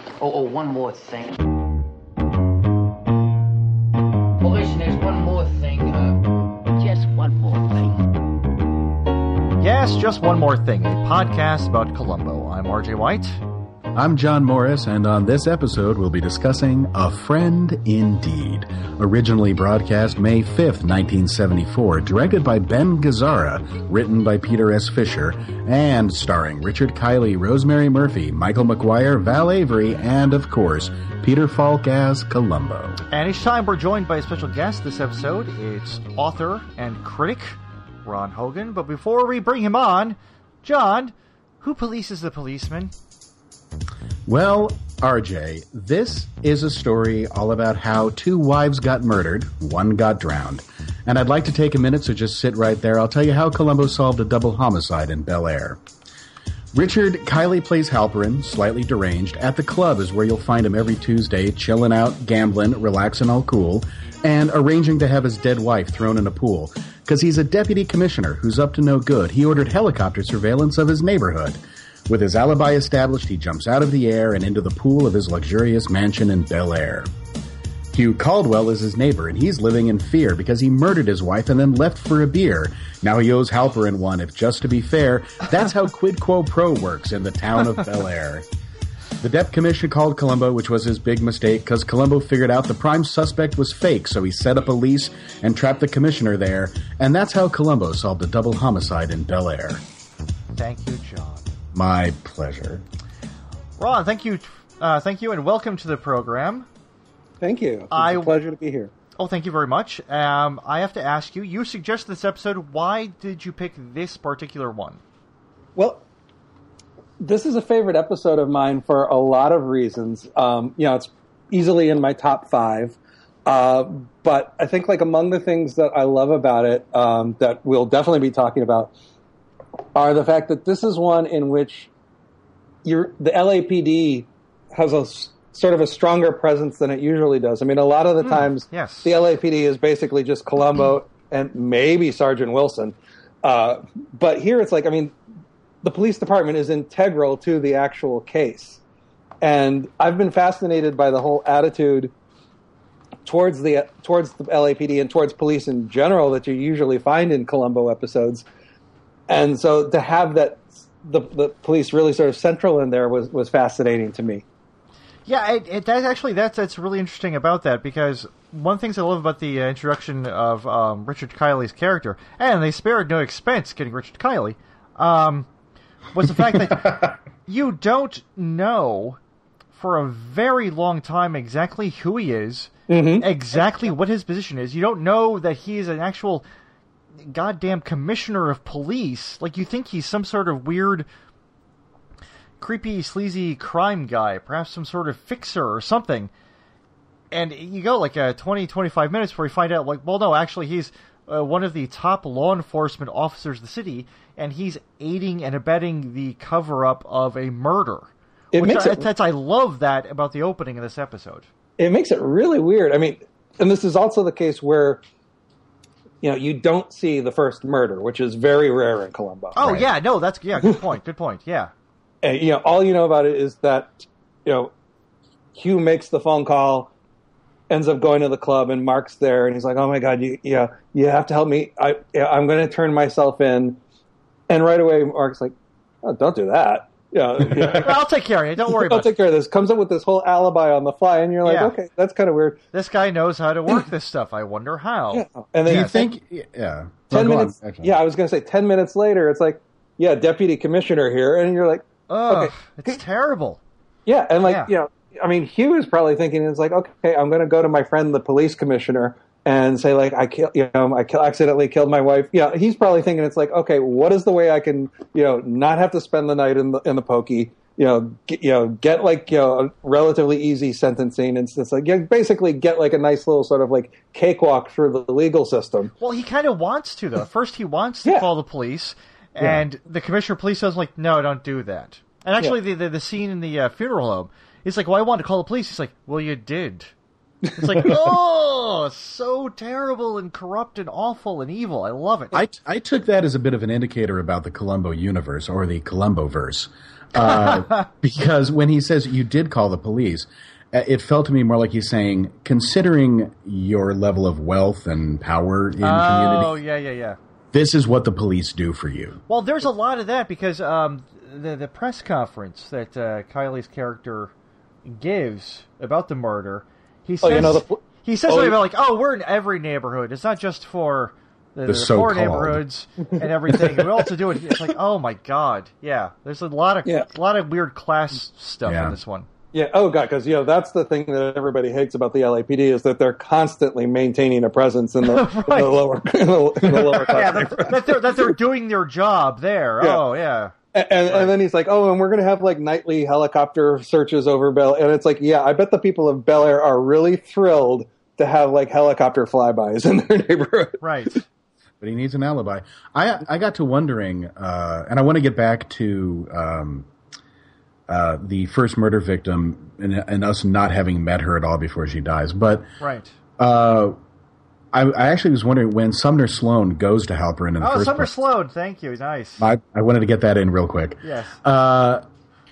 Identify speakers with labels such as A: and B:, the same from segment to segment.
A: Oh, oh, one more thing. Well, Oh, listen, there's one more thing. Uh, just one more thing.
B: Yes, just one more thing. A podcast about Columbo. I'm RJ White.
C: I'm John Morris, and on this episode, we'll be discussing A Friend Indeed. Originally broadcast May 5th, 1974, directed by Ben Gazzara, written by Peter S. Fisher, and starring Richard Kiley, Rosemary Murphy, Michael McGuire, Val Avery, and, of course, Peter Falk as Columbo.
B: And each time we're joined by a special guest this episode, it's author and critic Ron Hogan. But before we bring him on, John, who polices the policeman?
C: Well, RJ, this is a story all about how two wives got murdered, one got drowned. And I'd like to take a minute, so just sit right there. I'll tell you how Columbo solved a double homicide in Bel Air. Richard Kiley plays Halperin, slightly deranged. At the club is where you'll find him every Tuesday, chilling out, gambling, relaxing all cool, and arranging to have his dead wife thrown in a pool. Because he's a deputy commissioner who's up to no good. He ordered helicopter surveillance of his neighborhood. With his alibi established, he jumps out of the air and into the pool of his luxurious mansion in Bel Air. Hugh Caldwell is his neighbor, and he's living in fear because he murdered his wife and then left for a beer. Now he owes Halperin one, if just to be fair. That's how quid quo pro works in the town of Bel Air. The Dep Commission called Columbo, which was his big mistake, because Columbo figured out the prime suspect was fake, so he set up a lease and trapped the commissioner there, and that's how Columbo solved a double homicide in Bel Air.
B: Thank you, John.
C: My pleasure.
B: Ron, thank you, uh, thank you, and welcome to the program.
D: Thank you. It's
B: I-
D: a pleasure to be here.
B: Oh, thank you very much. Um, I have to ask you. You suggested this episode. Why did you pick this particular one?
D: Well, this is a favorite episode of mine for a lot of reasons. Um, you know, it's easily in my top five. Uh, but I think, like, among the things that I love about it um, that we'll definitely be talking about are the fact that this is one in which you're, the LAPD has a s- sort of a stronger presence than it usually does. I mean, a lot of the times,
B: yes.
D: the LAPD is basically just Colombo and maybe Sergeant Wilson. Uh, but here it's like, I mean, the police department is integral to the actual case. And I've been fascinated by the whole attitude towards the towards the LAPD and towards police in general that you usually find in Columbo episodes. And so to have that the, the police really sort of central in there was, was fascinating to me.
B: Yeah, it, it, that actually that's that's really interesting about that because one of the things I love about the uh, introduction of um, Richard Kiley's character, and they spared no expense getting Richard Kiley, um, was the fact that you don't know for a very long time exactly who he is, exactly what his position is. You don't know that he is an actual goddamn commissioner of police. Like you think he's some sort of weird creepy, sleazy crime guy, perhaps some sort of fixer or something. And you go like uh, 20, 25 minutes before you find out, like, well, no, actually, he's uh, one of the top law enforcement officers of the city, and he's aiding and abetting the cover up of a murder.
D: It
B: Which
D: makes
B: I,
D: it-
B: that's, I love that about the opening of this episode.
D: it makes it really weird. I mean, and this is also the case where you know you don't see the first murder, which is very rare in Colombo.
B: Oh, yeah, no, that's, yeah, good point, good point, yeah.
D: And, you know, all you know about it is that you know Hugh makes the phone call, ends up going to the club, and Mark's there, and he's like, "Oh my god, you yeah, you have to help me. I yeah, I'm going to turn myself in." And right away, Mark's like, oh, "Don't do that." Yeah, yeah.
B: Well, I'll take care of it, don't worry about
D: I'll
B: it.
D: take care of this. Comes up with this whole alibi on the fly, and you're like,
B: Yeah.
D: "Okay, that's kind of weird."
B: This guy knows how to work this stuff. I wonder how.
D: Yeah. And
C: Do
D: then
C: you
D: Yes.
C: think. Yeah. No,
D: ten
C: go on,
D: minutes.
C: actually.
D: yeah, I was going to say ten minutes later. It's like, yeah, deputy commissioner here, and you're like,
B: Ugh,
D: Okay.
B: it's terrible.
D: yeah, and like,
B: Yeah.
D: you know, I mean, Hugh is probably thinking it's like, okay, I'm going to go to my friend, the police commissioner, and say like, I kill, you know, I kill, accidentally killed my wife. Yeah, he's probably thinking it's like, okay, what is the way I can, you know, not have to spend the night in the in the pokey. You know, get, you know, get like you know, a relatively easy sentencing, and it's like you basically get like a nice little sort of like cakewalk through the legal system.
B: Well, he kind of wants to though. First, he wants to
D: Yeah.
B: call the police, and the commissioner of police says like, "No, don't do that." And actually, the, the the scene in the uh, funeral home, he's like, "Well, I wanted to call the police." He's like, "Well, you did." It's like, oh, so terrible and corrupt and awful and evil. I love it.
C: I, I took that as a bit of an indicator about the Columbo universe or the Columbo verse. uh, because when he says you did call the police, uh, it felt to me more like he's saying, considering your level of wealth and power in
B: Oh
C: community,
B: yeah, yeah, yeah.
C: this is what the police do for you.
B: Well, there's a lot of that because um, the the press conference that uh, Kylie's character gives about the murder, he says
D: Oh, you know, the pl-
B: he says
D: oh,
B: something
D: you-
B: about like, "Oh, we're in every neighborhood. It's not just for the, the, poor
C: so-called."
B: neighborhoods and everything. we also do it." It's like, "Oh my god, yeah." There's a lot of
D: Yeah.
B: a lot of weird class stuff
C: Yeah.
B: in this one.
D: Yeah. Oh god, because you know that's the thing that everybody hates about the LAPD is that they're constantly maintaining a presence in the, in
B: Right.
D: the lower in the, in the lower class.
B: Yeah, that, that they're that they're doing their job there.
D: Yeah.
B: Oh yeah.
D: and, and, and then he's like, "Oh, and we're going to have like nightly helicopter searches over Bel." And it's like, yeah, I bet the people of Bel Air are really thrilled to have like helicopter flybys in their neighborhood.
B: Right.
C: but he needs an alibi. I I got to wondering, uh, and I want to get back to um, uh, the first murder victim and, and us not having met her at all before she dies. But
B: Right.
C: uh, I, I actually was wondering when Sumner Sloan goes to Halperin in the
B: Oh,
C: first
B: Summer
C: place.
B: Slowed. Thank you. Nice.
C: I, I wanted to get that in real quick.
B: Yes.
C: Uh,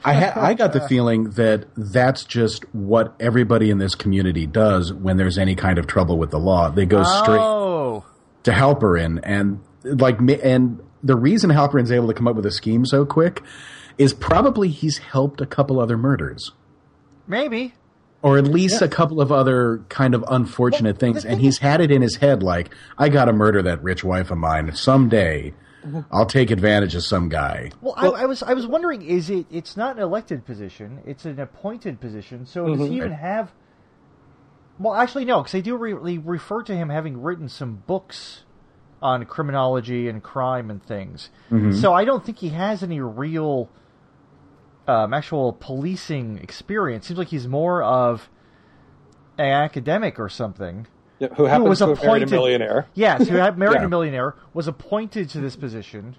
C: I ha- I got the feeling that that's just what everybody in this community does when there's any kind of trouble with the law. They go straight
B: Oh.
C: to Halperin, and like, ma- and the reason Halperin's able to come up with a scheme so quick is probably he's helped a couple other murders,
B: Maybe.
C: or at least a couple of other kind of unfortunate things, and he's had it in his head like, I got to murder that rich wife of mine someday. I'll take advantage of some guy.
B: Well, I, I was I was wondering is it it's not an elected position, it's an appointed position. So does he even have Well, actually no, cuz they do re- they refer to him having written some books on criminology and crime and things. So I don't think he has any real um, actual policing experience. Seems like he's more of an academic or something.
D: Yeah, Who happens
B: was
D: to have married a
B: appointed-
D: millionaire?
B: Yes, who had married
C: Yeah.
B: a millionaire, was appointed to this position,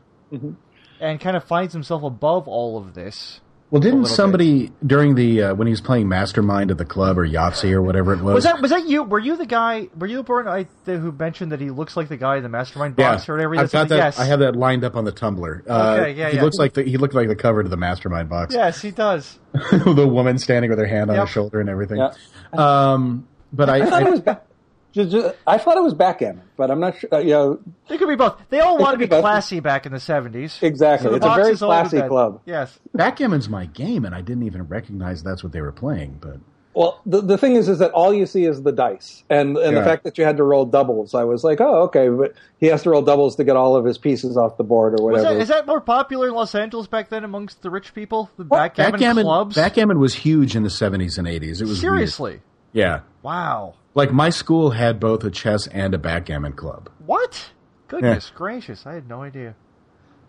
B: and kind of finds himself above all of this.
C: Well, didn't
B: little bit.
C: somebody during the uh, when he was playing Mastermind at the club or Yahtzee or whatever it was?
B: Was that was that you? Were you the guy? Were you the one I, th- who mentioned that he looks like the guy in the Mastermind
C: yeah,
B: box or whatever?
C: I've
B: That's
C: got
B: the-
C: that.
B: yes,
C: I have that lined up on the Tumblr. Uh,
B: Okay, yeah,
C: he
B: yeah.
C: looks like the, he looked like the cover to the Mastermind box.
B: yes, he does.
C: the woman standing with her hand on
B: Yep.
C: her shoulder and everything.
D: Yeah.
C: Um, but I,
D: I thought
C: I-
D: it was. Back, ju- ju- I thought it was backgammon, but I'm not sure. Uh, you know
B: They could be both. They all want to
D: could
B: be
D: be both.
B: classy back in the seventies.
D: exactly. it's a
B: box
D: very
B: is all about
D: classy
B: that.
D: club.
B: Yes,
C: backgammon's my game, and I didn't even recognize that's what they were playing. But
D: Well, the, the thing is, is that all you see is the dice, and and
C: Yeah.
D: the fact that you had to roll doubles. I was like, oh, okay, but he has to roll doubles to get all of his pieces off the board or
B: was
D: whatever.
B: that, is that more popular in Los Angeles back then amongst the rich people? The backgammon,
C: backgammon,
B: clubs.
C: backgammon was huge in the seventies and eighties. It was weird.
B: Seriously,
C: yeah.
B: wow.
C: Like my school had both a chess and a backgammon club.
B: What? Goodness gracious! I had no idea.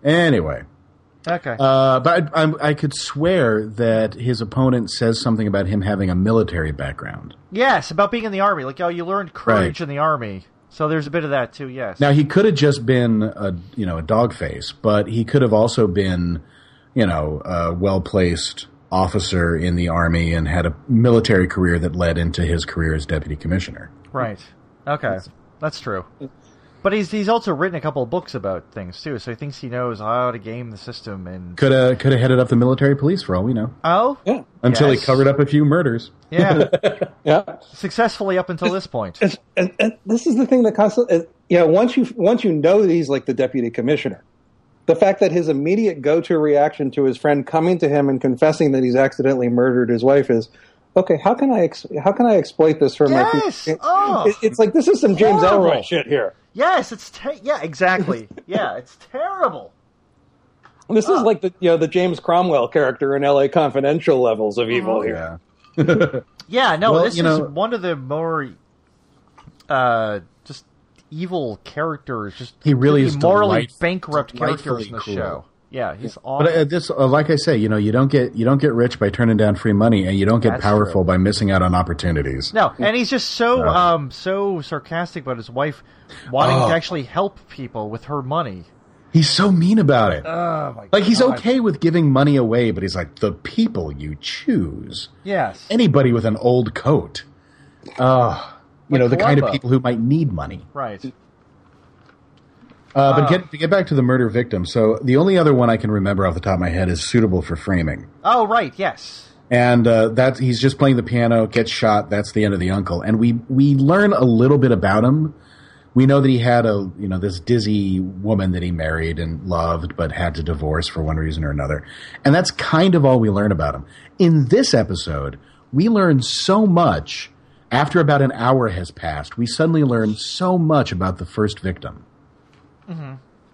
C: Anyway,
B: Okay.
C: uh, but I, I, I could swear that his opponent says something about him having a military background.
B: Yes, about being in the army. Like, oh, you learned courage in the army. So there's a bit of that too. Yes.
C: Now he could have just been a you know a dog face, but he could have also been you know a well placed officer in the army and had a military career that led into his career as deputy commissioner.
B: right. Okay. That's, true. But he's he's also written a couple of books about things too, so he thinks he knows how to game the system. And
C: Could have could have headed up the military police for all we know
B: oh,
D: yeah,
C: until
B: Yes.
C: he covered up a few murders.
B: yeah,
D: yeah.
B: successfully up until this point.
D: It's, and, and this is the thing that constantly, and, you know, once you once you know that he's like the deputy commissioner, the fact that his immediate go to reaction to his friend coming to him and confessing that he's accidentally murdered his wife is. Okay, how can I ex- how can I exploit this for my?
B: Yes!
D: future-
B: Oh!
D: It- it's like this is some James
B: Horrible.
D: Ellroy shit here.
B: Yes, it's te- yeah, exactly. Yeah, it's terrible.
D: This
C: Ah.
D: is like the you know the James Cromwell character in L.A. Confidential levels of evil here.
C: Oh, Yeah.
B: Yeah, no,
C: Well,
B: this
C: you know-
B: is one of the more uh just evil characters. Just
C: He really
B: could be
C: is
B: morally
C: delight-
B: bankrupt characters in the
C: delightfully cruel.
B: show. Yeah, he's awful.
C: But uh, this, uh, like I say, you know, you don't get you don't get rich by turning down free money, and you don't get
B: That's
C: powerful
B: true.
C: by missing out on opportunities.
B: No, and he's just so um so sarcastic about his wife wanting
C: Oh.
B: to actually help people with her money.
C: He's so mean about it.
B: Oh my
C: Like he's okay with giving money away, but he's like the people you choose.
B: Yes.
C: Anybody with an old coat, uh, you know, the kind of
B: Columbo.
C: people who might need money.
B: right.
C: Uh, but get to get back to the murder victim. So the only other one I can remember off the top of my head is suitable for framing,
B: Oh, right, yes.
C: and uh, that he's just playing the piano, gets shot. That's the end of the uncle, and we we learn a little bit about him. We know that he had a you know this dizzy woman that he married and loved, but had to divorce for one reason or another, and that's kind of all we learn about him. In this episode, we learn so much. After about an hour has passed, we suddenly learn so much about the first victim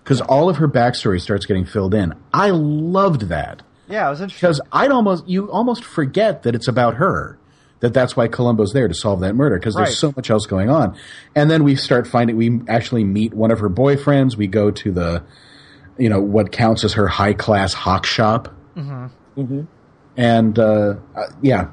C: because all of her backstory starts getting filled in. I loved that
B: Yeah, it was interesting.
C: because I'd almost you almost forget that it's about her. That that's why Columbo's there to solve that murder because
B: Right.
C: there's so much else going on. And then we start finding we actually meet one of her boyfriends. We go to the you know what counts as her high class hawk shop. Mm-hmm. Mm-hmm. And uh, uh, yeah,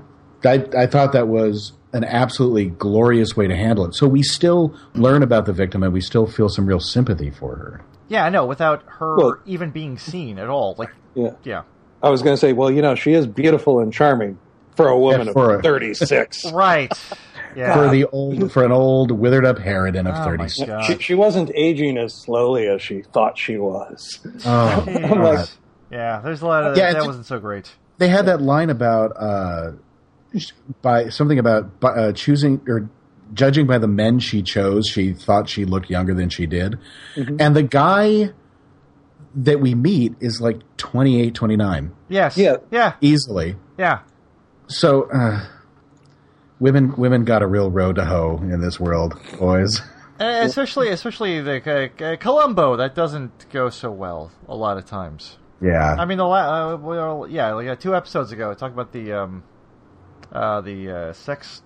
C: I, I thought that was an absolutely glorious way to handle it. So we still learn about the victim and we still feel some real sympathy for her.
B: Yeah, I know, without her
D: Well-
B: even being seen at all. Like,
D: Yeah.
B: yeah.
D: I was going to say, well, you know, she is beautiful and charming for a woman
C: Yeah, for
D: of
C: a- Oh
D: 36.
B: Right. Yeah.
C: for the old for an old withered up harridan of
B: Oh, my
C: 30
B: God.
D: she, she wasn't aging as slowly as she thought she was.
C: Oh,
B: Jeez.
C: God.
B: yeah, there's a lot of
C: Yeah,
B: that
C: it's-
B: wasn't so great.
C: they had that line about uh by something about by, uh, choosing or judging by the men she chose she thought she looked younger than she did and the guy that we meet is like 28 29
B: Yes.
D: Yeah.
B: Yeah.
C: easily
B: Yeah.
C: so uh women women got a real road to hoe in this world boys
B: Uh, especially, especially the uh, uh, Columbo that doesn't go so well a lot of times.
C: yeah
B: I mean, the la- uh, well, yeah, like, uh, two episodes ago, I talked about the um, uh, the uh, sex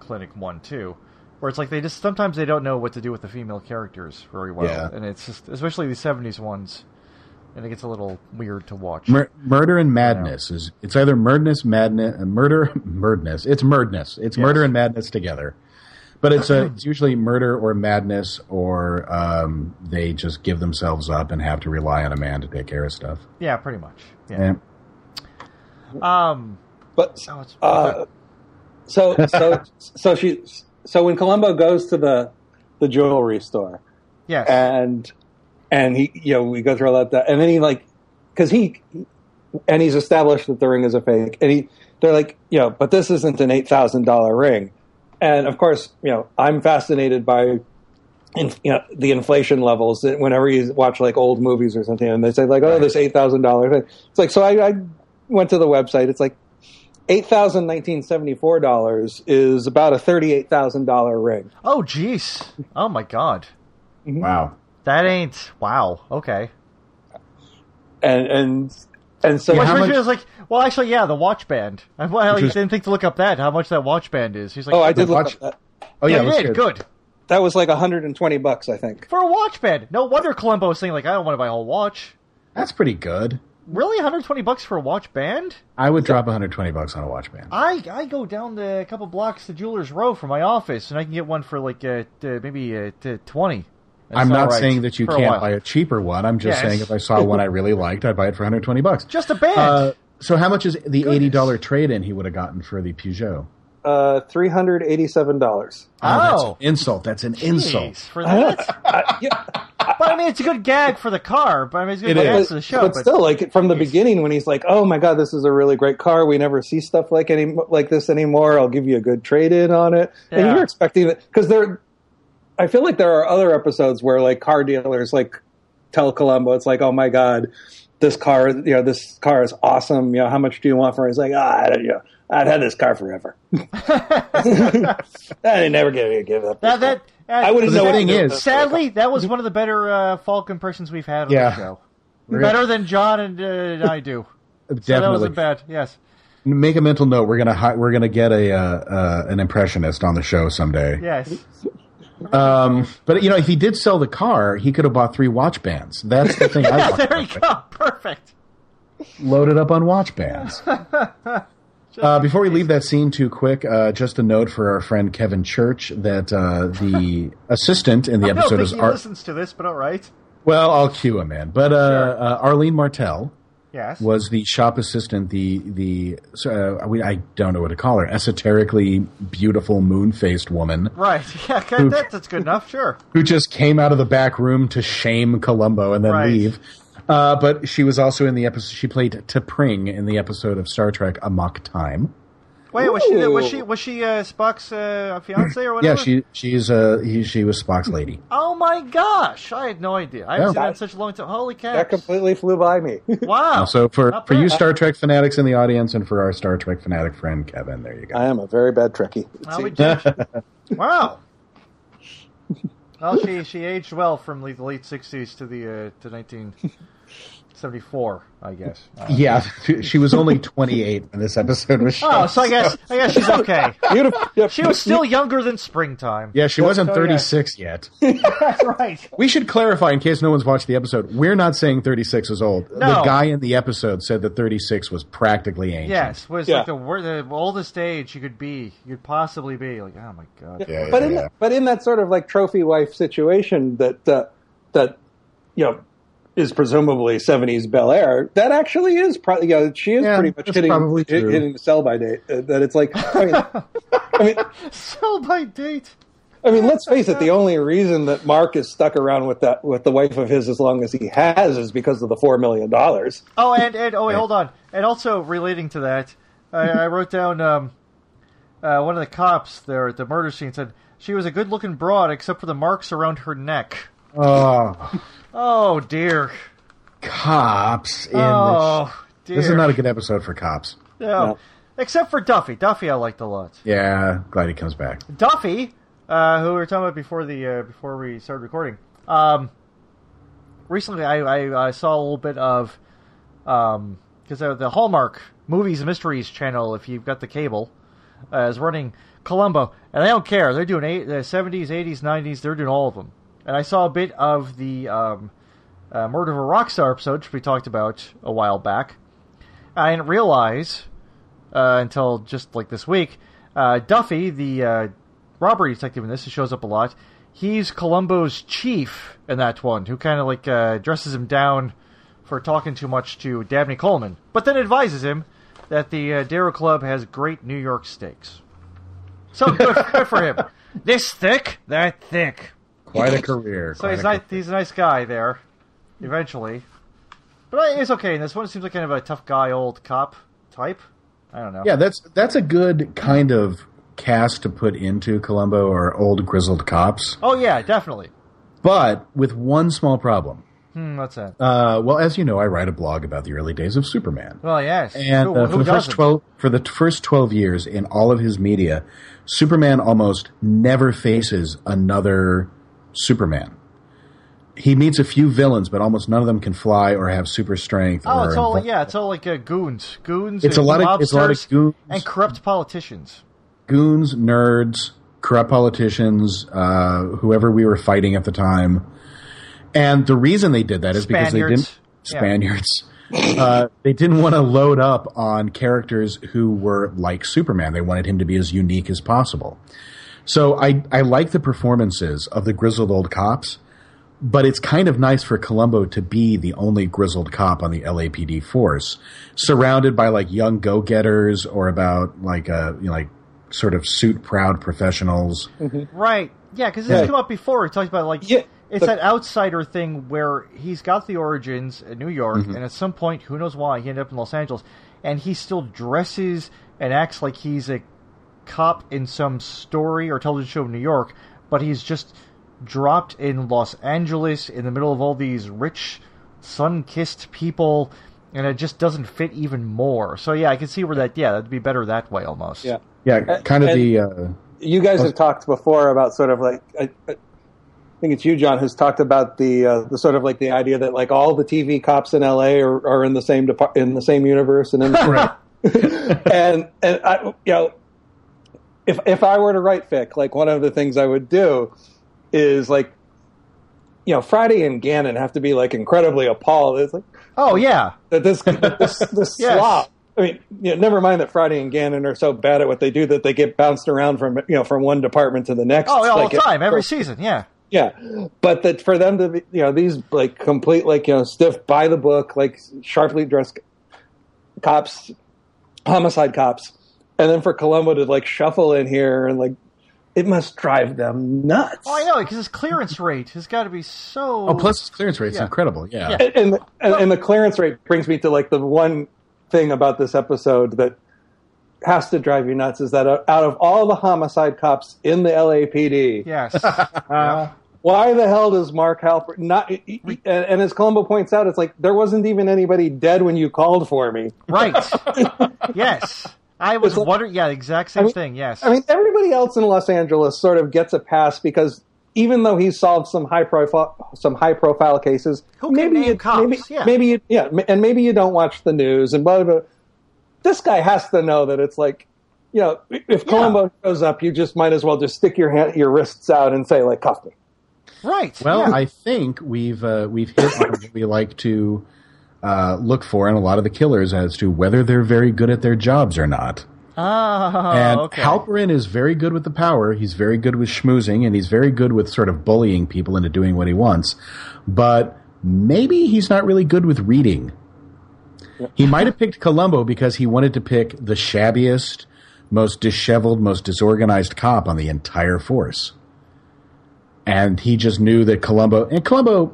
B: clinic one too, where it's like they just sometimes they don't know what to do with the female characters very well,
C: Yeah.
B: and it's just especially the '70s ones, and it gets a little weird to watch.
C: Mur- murder and madness is it's either murderness madness uh, murder murderness it's murderness it's murder and madness together but it's a, it's usually murder or madness or um, they just give themselves up and have to rely on a man to take care of stuff
B: yeah, pretty much. Yeah.
C: yeah.
B: Um.
D: But
B: Oh, it's,
D: uh, so so so she so when Columbo goes to the the jewelry store
B: yes.
D: and and he you know we go through all that stuff, and then he like because he and he's established that the ring is a fake and he they're like you know but this isn't an eight thousand dollar ring and of course you know I'm fascinated by in, you know the inflation levels that whenever you watch like old movies or something and they say like oh this eight thousand dollar thing it's like so I, I went to the website it's like eight thousand nineteen seventy four dollars is about a thirty eight thousand dollar ring
B: oh, jeez. Oh my God.
C: wow
B: That ain't wow. Okay.
D: and and and so
B: Which
C: how
B: which
C: much-
B: is like, well, actually, yeah, the watch band. I, well, you didn't think to look up that how much that watch band is. He's like,
D: oh I did
C: The
D: look
C: watch-
D: up that.
C: oh
B: yeah,
C: yeah,
B: you
C: let's
B: did.
C: go.
B: Good
D: That was like 120 bucks, I think.
B: for a watch band. No wonder Columbo was saying like, I don't want to buy a whole watch.
C: that's pretty good
B: Really, 120 bucks for a watch band?
C: i would drop 120 bucks on a watch band
B: I I go down the, a couple blocks to Jewelers Row from my office, and I can get one for like uh, t- maybe uh, t- 20. That's
C: i'm
B: all
C: not
B: right
C: saying that you
B: for a
C: can't
B: while.
C: buy a cheaper one i'm just
B: Yes.
C: saying if i saw one i really liked i'd buy it for 120 bucks
B: just a band.
C: uh, so how much is the $80 trade-in he would have gotten for the peugeot
D: Uh, $387.
B: oh,
C: that's an insult. That's an
B: jeez,
C: insult.
B: for that. but I mean, it's a good gag for the car. But I mean, it's a good
C: It
B: gag
C: is.
B: for the show.
D: but, still, like from the beginning, when he's like, "Oh my god, this is a really great car. We never see stuff like any like this anymore. I'll give you a good trade in on it."
B: Yeah.
D: And you're expecting that because there, I feel like there are other episodes where like car dealers like tell Columbo, "It's like, oh my god, this car, you know, this car is awesome. You know, how much do you want for?" it? He's like, "Ah, I don't, you know, I've had this car forever. I never gonna give up." this
B: That, that, uh,
D: I wouldn't
C: know
B: sad-
C: what thing is-
B: Sadly, that was one of the better uh, Falk impressions we've had on
C: Yeah.
B: the show.
C: We're
B: Better than John and, uh, and I do.
C: gonna-
B: So that
C: definitely
B: wasn't bad. Yes.
C: make a mental note. We're gonna hi- we're gonna get a uh, uh, an impressionist on the show someday.
B: Yes.
C: Um, but you know, if he did sell the car, he could have bought three watch bands. That's the thing. I
B: Yeah,
C: want.
B: there you go. Perfect.
C: Loaded up on watch bands. Uh, before we leave that scene too quick, uh, just a note for our friend Kevin Church that uh, the assistant in
B: I
C: the
B: don't
C: episode
B: think
C: is
B: he
C: Ar-
B: listens to this, but all right.
C: well, I'll cue him in. But uh, uh, Arlene Martell
B: Yes.
C: was the shop assistant, the the so, uh, we, I don't know what to call her, esoterically beautiful moon faced woman
B: Right. Yeah. okay, That, that's good enough. Sure.
C: who just came out of the back room to shame Columbo and then
B: Right.
C: leave. Uh, but she was also in the episode. She played T'Pring in the episode of Star Trek Amok Time.
B: Wait. Was she? the- Was
D: Ooh.
B: she? Was she uh, Spock's uh, fiance or
C: Yeah,
B: whatever?
C: she she's uh he, she was Spock's lady.
B: Oh my gosh! I had no idea. I haven't
C: Yeah.
B: seen that in such a long time. Holy cow!
D: That completely flew by me.
B: Wow.
C: So for
B: Oh. Not
C: for you
B: bad.
C: Star Trek fanatics in the audience and for our Star Trek fanatic friend Kevin, there you go.
D: I am a very bad Trekkie. it
B: Well, we
D: seems.
B: did. wow. Well, she she aged well from the late sixties to the uh, to nineteen seventy four, I guess. Uh,
C: Yeah, she was only 28 when this episode was shot.
B: oh, so I guess I guess she's okay.
D: Beautiful. Yep.
B: She was still younger than springtime.
C: Yeah, she wasn't
D: so, yeah.
C: 36 yet.
B: That's Oh, right.
C: We should clarify in case no one's watched the episode. We're not saying 36 was old. The
B: No.
C: guy in the episode said that 36 was practically ancient.
B: Yes, was
D: Yeah.
B: like the, wor- the oldest age you could be, you'd possibly be. Like, oh my god.
C: Yeah, yeah,
D: but in
C: yeah.
D: that, but in that sort of like trophy wife situation that uh, that you know is presumably seventies Bel Air, that actually is probably you know, she is
C: Yeah,
D: pretty much
C: that's
D: hitting
C: probably
D: hit-
C: true.
D: hitting the sell by date. Uh, that it's like I mean, I mean,
B: Sell by date.
D: I mean, let's face it. The only reason that Mark is stuck around with that with the wife of his as long as he has is because of the four million dollars.
B: Oh, and and oh, wait, hold on. And also relating to that, I, I wrote down um, uh, one of the cops there at the murder scene said she was a good-looking broad except for the marks around her neck.
C: Oh,
B: Oh dear.
C: cops in this.
B: Oh dear.
C: This is not a good episode for cops.
B: no.
D: No.
B: Except for Duffy. Duffy, I liked a lot.
C: Yeah, glad he comes back.
B: Duffy, uh, who we were talking about before the uh, before we started recording. Um, recently, I, I, I saw a little bit of because uh, the Hallmark Movies and Mysteries channel, if you've got the cable, uh, is running Columbo, and they don't care. They're doing eight, the seventies, eighties, nineties. They're doing all of them. And I saw a bit of the um, uh, Murder of a Rock Star episode, which we talked about a while back. I didn't realize uh, until just like this week. Uh, Duffy, the uh, robbery detective in this, who shows up a lot, he's Columbo's chief in that one, who kind of like uh, dresses him down for talking too much to Dabney Coleman, but then advises him that the uh, Darrow Club has great New York steaks. So good, good for him. This thick, that thick.
C: Quite a career.
B: So
C: quite
B: he's
C: a
B: nice,
C: career.
B: he's a nice guy there, eventually. But it's okay. in This one It seems like kind of a tough guy, old cop type. I don't know.
C: Yeah, that's that's a good kind of cast to put into Columbo or old grizzled cops,
B: Oh yeah, definitely.
C: but with one small problem.
B: Hmm, what's that?
C: Uh, well, as you know, I write a blog about the early days of Superman.
B: Well, yes.
C: And
B: who,
C: uh,
B: who
C: for the first
B: doesn't?
C: twelve for the t- first twelve years in all of his media, Superman almost never faces another Superman. He meets a few villains, but almost none of them can fly or have super strength.
B: Oh,
C: or
B: it's all yeah, it's all like uh, goons, goons.
C: It's
B: and
C: a lot of- it's a lot of
B: lobsters
C: goons.
B: and corrupt politicians.
C: goons, nerds, corrupt politicians, uh, whoever we were fighting at the time. And the reason they did that is because
B: Spaniards.
C: they didn't Spaniards. uh, they didn't want to load up on characters who were like Superman. They wanted him to be as unique as possible. So I I like the performances of the grizzled old cops, but it's kind of nice for Columbo to be the only grizzled cop on the LAPD force, surrounded by like young go getters or about like uh you know, like sort of suit proud professionals.
B: Right? Yeah, because this
D: Yeah.
B: come up before. We talked about like
D: Yeah,
B: it's
D: the-
B: that outsider thing where he's got the origins in New York,
D: Mm-hmm.
B: and at some point, who knows why, he ended up in Los Angeles, and he still dresses and acts like he's a cop in some story or television show in New York, but he's just dropped in Los Angeles in the middle of all these rich, sun-kissed people, and it just doesn't fit even more. So yeah, I can see where that yeah, that'd be better that way almost.
D: Yeah.
C: Yeah, kind of
D: and-
C: the uh,
B: Oh,
D: you guys have talked before about sort of like I, I think it's you, John, who's talked about the uh, the sort of like the idea that like all the TV cops in LA are, are in the same depart- in the same universe and in the,
C: right.
D: and and I you know if if I were to write fic, like one of the things I would do is like you know Friday and Gannon have to be like incredibly appalled. It's like
B: Oh yeah.
D: that this that this, this
B: Yes.
D: slop. I mean, you know, never mind that Friday and Gannon are so bad at what they do that they get bounced around from you know from one department to the next.
B: Oh,
D: It's
B: all
D: like
B: the
D: it-
B: time, every season, yeah.
D: yeah, but that for them to be, you know these like complete like you know stiff by the book like sharply dressed cops, homicide cops, and then for Columbo to like shuffle in here and like it must drive them nuts.
B: Oh, I know because his clearance rate has got to be so.
C: Oh, plus his clearance rate's
B: Yeah.
C: incredible. Yeah.
B: Yeah.
D: and, and, and, and the clearance rate brings me to like the one thing about this episode that has to drive you nuts is that out of all the homicide cops in the LAPD,
B: yes. Yeah.
D: why the hell does Mark Halpert not? And, and as Columbo points out, it's like there wasn't even anybody dead when you called for me.
B: Right. yes. I was
D: It's like-
B: wondering. Yeah, the exact same
D: mean-
B: thing. Yes.
D: I mean, everybody else in Los Angeles sort of gets a pass because even though he solved some high profile some high profile cases,
B: Who can name cops?
D: maybe,
B: Yeah.
D: maybe you, yeah, m- and maybe you don't watch the news and blah blah. blah. This guy has to know that it's like, you know, if Columbo shows up, you just might as well just stick your hand, your wrists out and say like, cuff me.
B: right.
C: Well,
B: yeah.
C: I think we've uh, we've hit on what we like to uh, look for in a lot of the killers as to whether they're very good at their jobs or not.
B: Oh,
C: And
B: okay.
C: Halperin is very good with the power. He's very good with schmoozing, and he's very good with sort of bullying people into doing what he wants. But maybe he's not really good with reading. He might have picked Columbo because he wanted to pick the shabbiest, most disheveled, most disorganized cop on the entire force. And he just knew that Columbo and Columbo,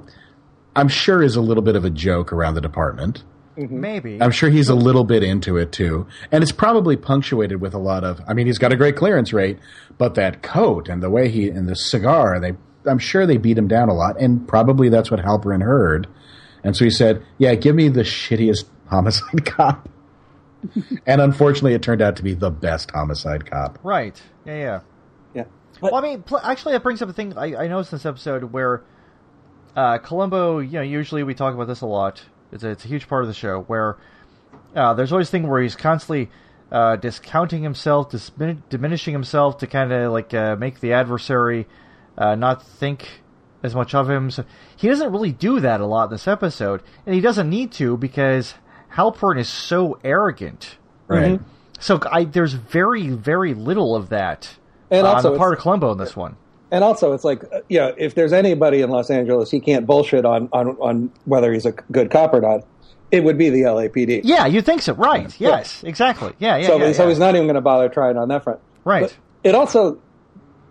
C: I'm sure, is a little bit of a joke around the department.
D: Mm-hmm.
B: Maybe.
C: I'm sure he's a little bit into it too. And it's probably punctuated with a lot of I mean, he's got a great clearance rate, but that coat and the way he and the cigar, they I'm sure they beat him down a lot, and probably that's what Halperin heard. And so he said, Yeah, give me the shittiest homicide cop. and unfortunately it turned out to be the best homicide cop.
B: Right. Yeah. Yeah.
D: Yeah,
B: Well, I mean, pl- actually, that brings up a thing I, I noticed in this episode where uh, Columbo, you know, usually we talk about this a lot. It's a, it's a huge part of the show where uh, there's always a thing where he's constantly uh, discounting himself, dismin- diminishing himself to kind of like uh, make the adversary uh, not think as much of him. So he doesn't really do that a lot in this episode, and he doesn't need to because Halpern is so arrogant.
D: Mm-hmm.
C: Right.
B: So I, there's very, very little of that
D: And
B: uh,
D: also
B: on the
D: it's-
B: part of Columbo in this one.
D: and also it's like, uh, you know, if there's anybody in Los Angeles, he can't bullshit on on on whether he's a good cop or not. It would be the LAPD.
B: Yeah, you think so, right? Yes, exactly. Yeah, yeah.
D: so,
B: yeah,
D: so
B: yeah.
D: he's not even going to bother trying on that front.
B: Right.
D: But it also,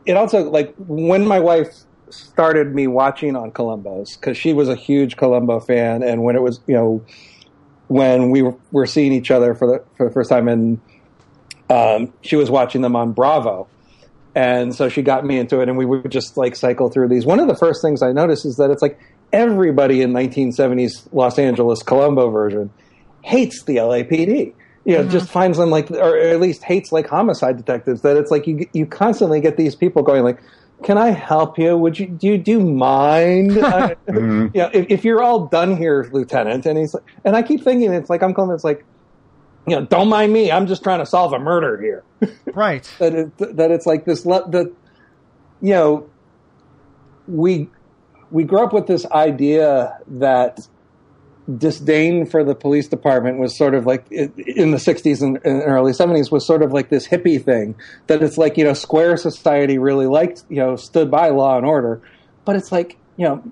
D: it also like when my wife started me watching on Columbo's because she was a huge Columbo fan, and when it was you know when we were, were seeing each other for the for the first time, and um, she was watching them on Bravo. And so she got me into it, and we would just like cycle through these. One of the first things I noticed is that it's like everybody in 1970s Los Angeles Columbo version hates the LAPD. You know, just finds them like, or at least hates like homicide detectives. That it's like you you constantly get these people going like, "Can I help you? Would you do you do you mind? I- you know, if, if you're all done here, Lieutenant." And he's like, and I keep thinking it's like I'm calling it's like, you know, don't mind me. I'm just trying to solve a murder here
B: right.
D: that it, that it's like this le- that you know we we grew up with this idea that disdain for the police department was sort of like i- in the 60s and, and early 70s was sort of like this hippie thing that it's like you know square society really liked you know stood by law and order but it's like you know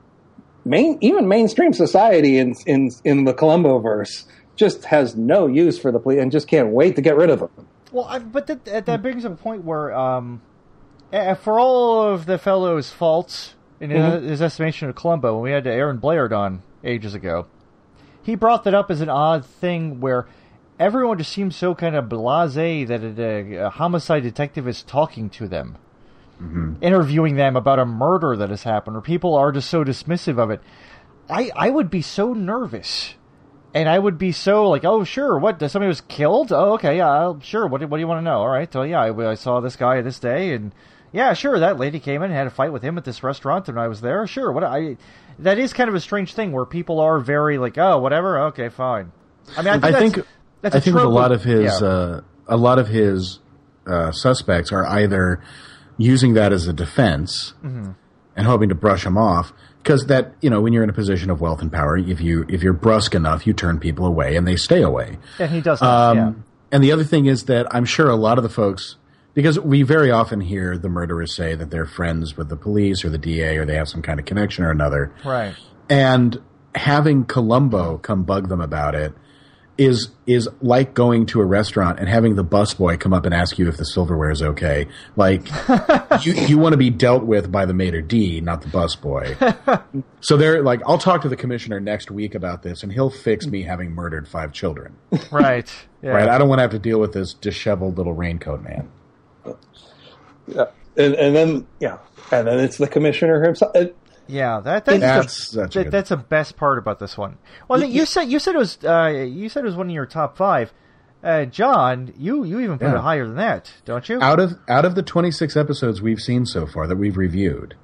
D: main even mainstream society in in in the Columbo verse just has no use for the police and just can't wait to get rid of them
B: Well, I, but that- that that brings up a point where, um, eh, for all of the fellow's faults in
D: Mm-hmm.
B: his, his estimation of Columbo, when we had Aaron Blair on ages ago, he brought that up as an odd thing where everyone just seems so kind of blasé that it, a, a homicide detective is talking to them. Interviewing them about a murder that has happened, or people are just so dismissive of it. I, I would be so nervous and I would be so like, oh sure, what somebody was killed? Oh okay, yeah, I'll- sure. What do, what do you want to know? All right, so yeah, I, I saw this guy this day, and yeah, sure, that lady came in and had a fight with him at this restaurant when I was there. Sure, what I that is kind of a strange thing where people are very like, oh whatever, okay, fine. I mean, I think
C: I
B: that's,
C: think
B: that's
C: I think with a
B: trope
C: lot of his
B: yeah.
C: uh, a lot of his uh, suspects are either using that as a defense
B: Mm-hmm.
C: and hoping to brush him off because that you know when you're in a position of wealth and power if you if you're brusque enough you turn people away and they stay away.
B: and he does,
C: Um,
B: yeah,
C: And the other thing is that I'm sure a lot of the folks because we very often hear the murderers say that they're friends with the police or the DA or they have some kind of connection or another.
B: Right.
C: And having Columbo come bug them about it is is like going to a restaurant and having the busboy come up and ask you if the silverware is okay. Like you you want to be dealt with by the maitre d, not the busboy. so they're like, I'll talk to the commissioner next week about this, and he'll fix me having murdered five children.
B: Right. Yeah.
C: Right? I don't want to have to deal with this disheveled little raincoat man.
D: Yeah. And, and then yeah, and then it's the commissioner himself. It-
B: Yeah, that that's,
C: That's
B: the,
C: such a
B: that-
C: good-
B: that's the best part about this one. Well, I think you said you said it was uh, you said it was one of your top five. Uh, John, you you even put
C: Yeah.
B: it higher than that, don't you?
C: out of out of the 26 episodes we've seen so far that we've reviewed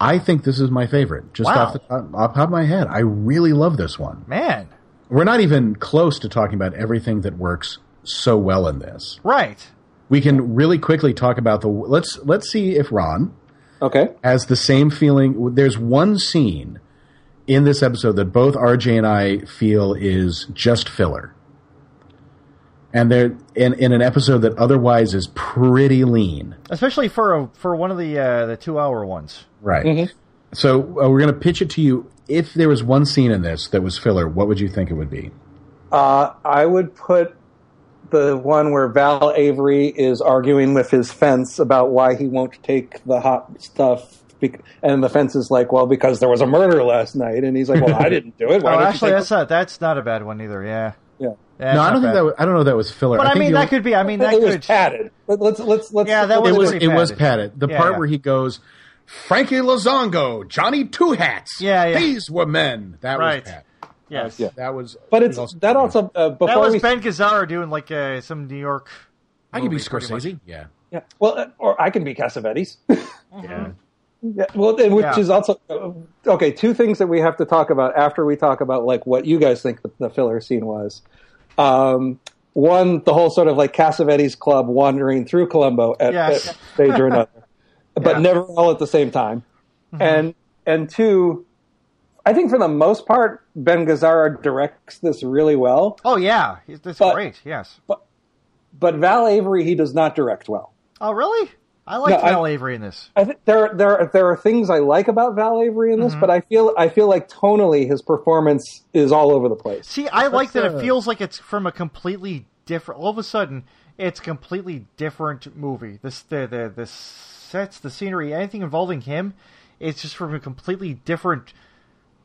C: i think this is my favorite just
B: Wow.
C: off the top, off the top of my head i really love this one
B: Man,
C: we're not even close to talking about everything that works so well in this
B: right?
C: we can really quickly talk about the let's let's see if ron
D: okay.
C: has the same feeling there's one scene in this episode that both rj and i feel is just filler and they're in, in an episode that otherwise is pretty lean
B: Especially for a, for one of the uh, the two hour ones.
C: Right.
B: Mm-hmm.
C: So uh, we're going to pitch it to you. If there was one scene in this that was filler, what would you think it would be?
D: Uh, I would put the one where Val Avery is arguing with his fence about why he won't take the hot stuff. bec- And the fence is like, well, because there was a murder last night, and he's like, well, I didn't do it. Why
B: Oh,
D: don't
B: actually,
D: you
B: that's
D: take
B: not that's not a bad one either. Yeah.
D: Yeah.
B: Yeah,
C: no, I
B: not
C: don't think
B: bad.
C: that. Was, I don't know. If that was filler.
B: But I,
C: think
B: mean, that
C: the only-
B: could be. I mean,
D: the-
B: that
D: it was
B: could.
D: padded. Let, let's let's let's.
B: Yeah, that
D: let's-
B: was
C: It was.
B: pretty
C: It was
B: padded.
C: padded. The
B: Yeah,
C: part
B: yeah.
C: where he goes, Frankie Lozongo, Johnny Two Hats.
B: Yeah, yeah.
C: These were men. That
B: Right.
C: was padded.
B: Yes.
D: Yeah.
C: That was.
D: But it's
C: also-
D: that also uh, before
B: That was
D: we
B: Ben Gazzara doing like uh, some New York.
C: I could be
B: movie, pretty much.
C: Scorsese. Yeah.
D: yeah, well, uh, or I can be Cassavetes.
C: Yeah.
D: Yeah, well, and which
B: Yeah.
D: is also uh, okay. Two things that we have to talk about after we talk about like what you guys think the, the filler scene was. Um, one, the whole sort of like Cassavetes Club wandering through Colombo at,
B: Yes.
D: at stage or another, but
B: Yeah. Mm-hmm.
D: never all at the same time. And and two, I think for the most part, Ben Gazzara directs this really well,
B: Oh yeah, He's- that's
D: But-
B: great. Yes.
D: but Val Avery he does not direct well.
B: Oh really? I liked
D: I-
B: Val Avery in this.
D: I think there there there are things I like about Val Avery in this, but I feel I feel like tonally his performance is all over the place.
B: See, I like that it
C: uh,
B: feels like it's from a completely different. All of a sudden, it's completely different movie. This the the the sets, the scenery, anything involving him, it's just from a completely different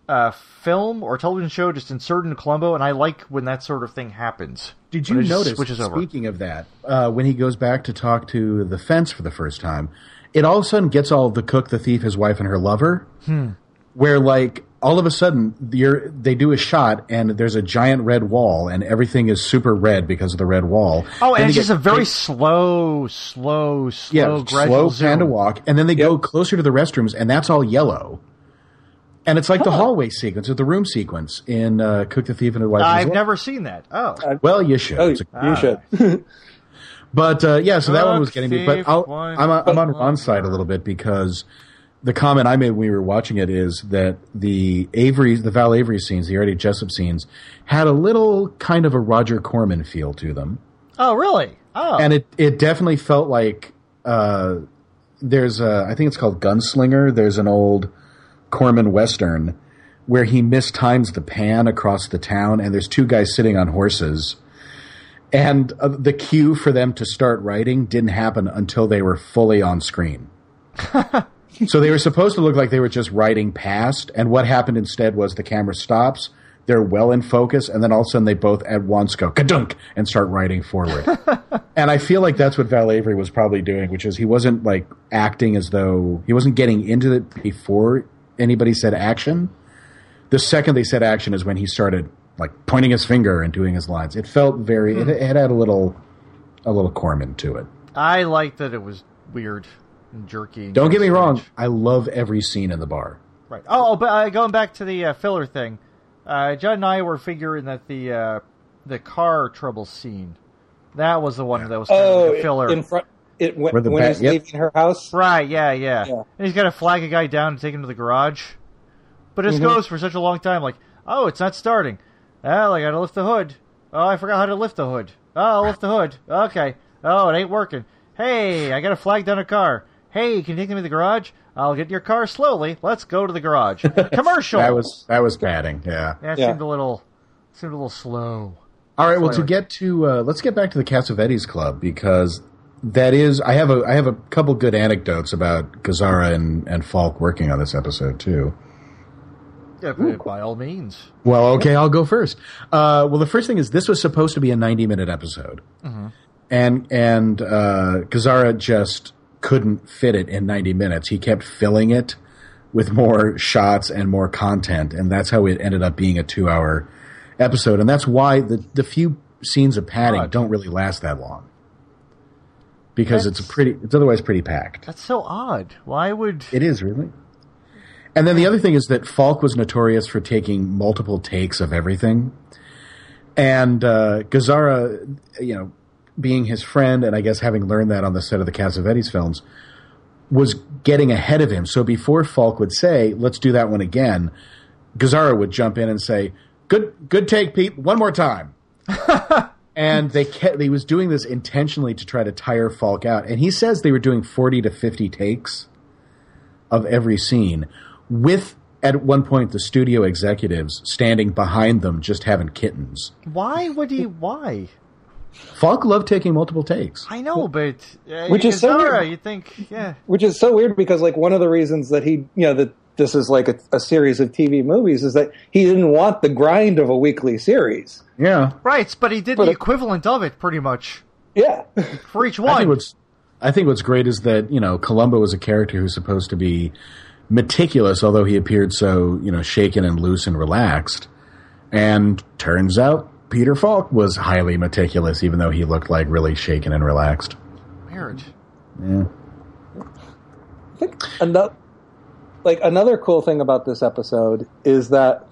B: uh, film or television show, just inserted in Columbo. And I like when that sort of thing happens.
C: Did
B: When
C: you
B: it just
C: notice?
B: Switches over.
C: Speaking of that, uh, when he goes back to talk to the fence for the first time, it all of a sudden gets all the cook, the thief, his wife, and her lover.
B: Hmm.
C: Where like all of a sudden you're, they do a shot and there's a giant red wall and everything is super red because of the red wall.
B: Oh,
C: Then
B: and it's
C: they
B: just
C: get-
B: a very slow, slow, slow,
C: yeah
B: gradual
C: slow panda
B: zoom.
C: walk, and then they go closer to the restrooms and that's all yellow. And it's like the hallway sequence or the room sequence in uh, Cook the Thief and His Wife. and His
B: I've
C: Lo-
B: never seen that. Oh,
C: Well, you should.
D: Oh, you
C: It's a-
D: should.
C: But uh, yeah, so that one was
B: Cook,
C: getting me.
B: thief,
C: But I'll,
B: one,
C: I'm, on- I'm on
B: one.
C: Ron's side a little bit because the comment I made when we were watching it is that the Avery, the Val Avery scenes, the Artie Jessup scenes, had a little kind of a Roger Corman feel to them,
B: oh, really? Oh,
C: and it it definitely felt like uh, there's a I think it's called Gunslinger. There's an old Corman western where he mistimes the pan across the town, and there's two guys sitting on horses. And uh, the cue for them to start writing didn't happen until they were fully on screen. so they were supposed to look like they were just writing past, and what happened instead was the camera stops. They're well in focus, and then all of a sudden they both at once go kadunk and start writing forward. and I feel like that's what Val Avery was probably doing, which is he wasn't like acting as though he wasn't getting into it before anybody said action. The second they said action is when he started like pointing his finger and doing his lines. It felt very it, it had a little a little Corman to it.
B: I liked that it was weird and jerky. and
C: Don't get me
B: strange.
C: wrong, I love every scene in the bar.
B: Right. Oh, oh, but uh, going back to the uh, filler thing, uh, John and I were figuring that the uh, the car trouble scene that was the one that was kind of
D: Oh,
B: the filler.
D: in front it when,
C: Where the
D: when
C: bat-
D: he's
C: yep.
D: leaving her house.
B: right. Yeah, yeah.
D: Yeah.
B: And he's got to flag a guy down and take him to the garage. But
D: Mm-hmm.
B: it just goes for such a long time. Like, oh, it's not starting. Oh, I got to lift the hood. Oh, I forgot how to lift the hood. Oh, I'll lift the hood. Okay. Oh, it ain't working. Hey, I got a flag down a car. Hey, can you take me to the garage? I'll get your car slowly. Let's go to the garage. Commercial.
C: That was that was batting. Yeah.
B: That
D: Yeah.
B: seemed a little seemed a little slow.
C: All right. Well, to
B: Sorry.
C: get to uh, let's get back to the Cassavetes Club because that is I have a I have a couple good anecdotes about Gazzara and and Falk working on this episode too.
B: Yeah, by all means.
C: Well, okay, I'll go first. Uh, well, the first thing is this was supposed to be a 90 minute episode. And, and, uh, Kazara just couldn't fit it in 90 minutes. He kept filling it with more shots and more content. And that's how it ended up being a two hour episode. And that's why the, the few scenes of padding
B: Odd.
C: don't really last that long. Because it's
B: That's-
C: a pretty, it's otherwise pretty packed.
B: That's so odd. Why would
C: It is really. And then the other thing is that Falk was notorious for taking multiple takes of everything, and uh, Gazzara, you know, being his friend, and I guess having learned that on the set of the Cassavetes films, was getting ahead of him. So before Falk would say, "Let's do that one again," Gazzara would jump in and say, "Good, good take, Pete. One more time." and they kept, he was doing this intentionally to try to tire Falk out. And he says they were doing forty to fifty takes of every scene, with at one point the studio executives standing behind them just having kittens.
B: why would he why?
C: Falk loved taking multiple takes.
B: I know, but uh,
D: Which is so
B: Kazara,
D: weird.
B: you think yeah.
D: which is so weird because like one of the reasons that he you know that this is like a, a series of TV movies is that he didn't want the grind of a weekly series.
C: Yeah.
B: Right, but he did
D: But
B: the
D: it-
B: equivalent of it pretty much
D: Yeah,
B: for each
C: I think
B: one.
C: what's I think what's great is that, you know, Columbo is a character who's supposed to be meticulous, although he appeared so, you know, shaken and loose and relaxed. And turns out Peter Falk was highly meticulous, even though he looked like really shaken and relaxed.
B: Weird.
C: Yeah.
D: I think another like another cool thing about this episode is that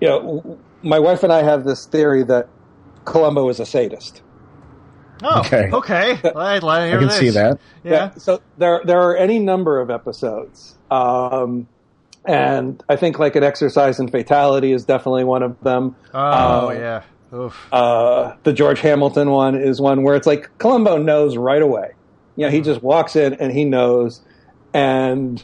D: you know w- my wife and I have this theory that Columbo is a sadist.
B: Oh, okay.
C: Okay.
B: Okay. I'd like to
C: I
B: hear
C: can
B: this.
C: see that.
B: Yeah.
D: So there there are any number of episodes. Um, and I think like an exercise in fatality is definitely one of them.
B: Oh
D: Uh,
B: yeah. Oof.
D: uh, the George Hamilton one is one where it's like Columbo knows right away. You know, he just walks in and he knows, and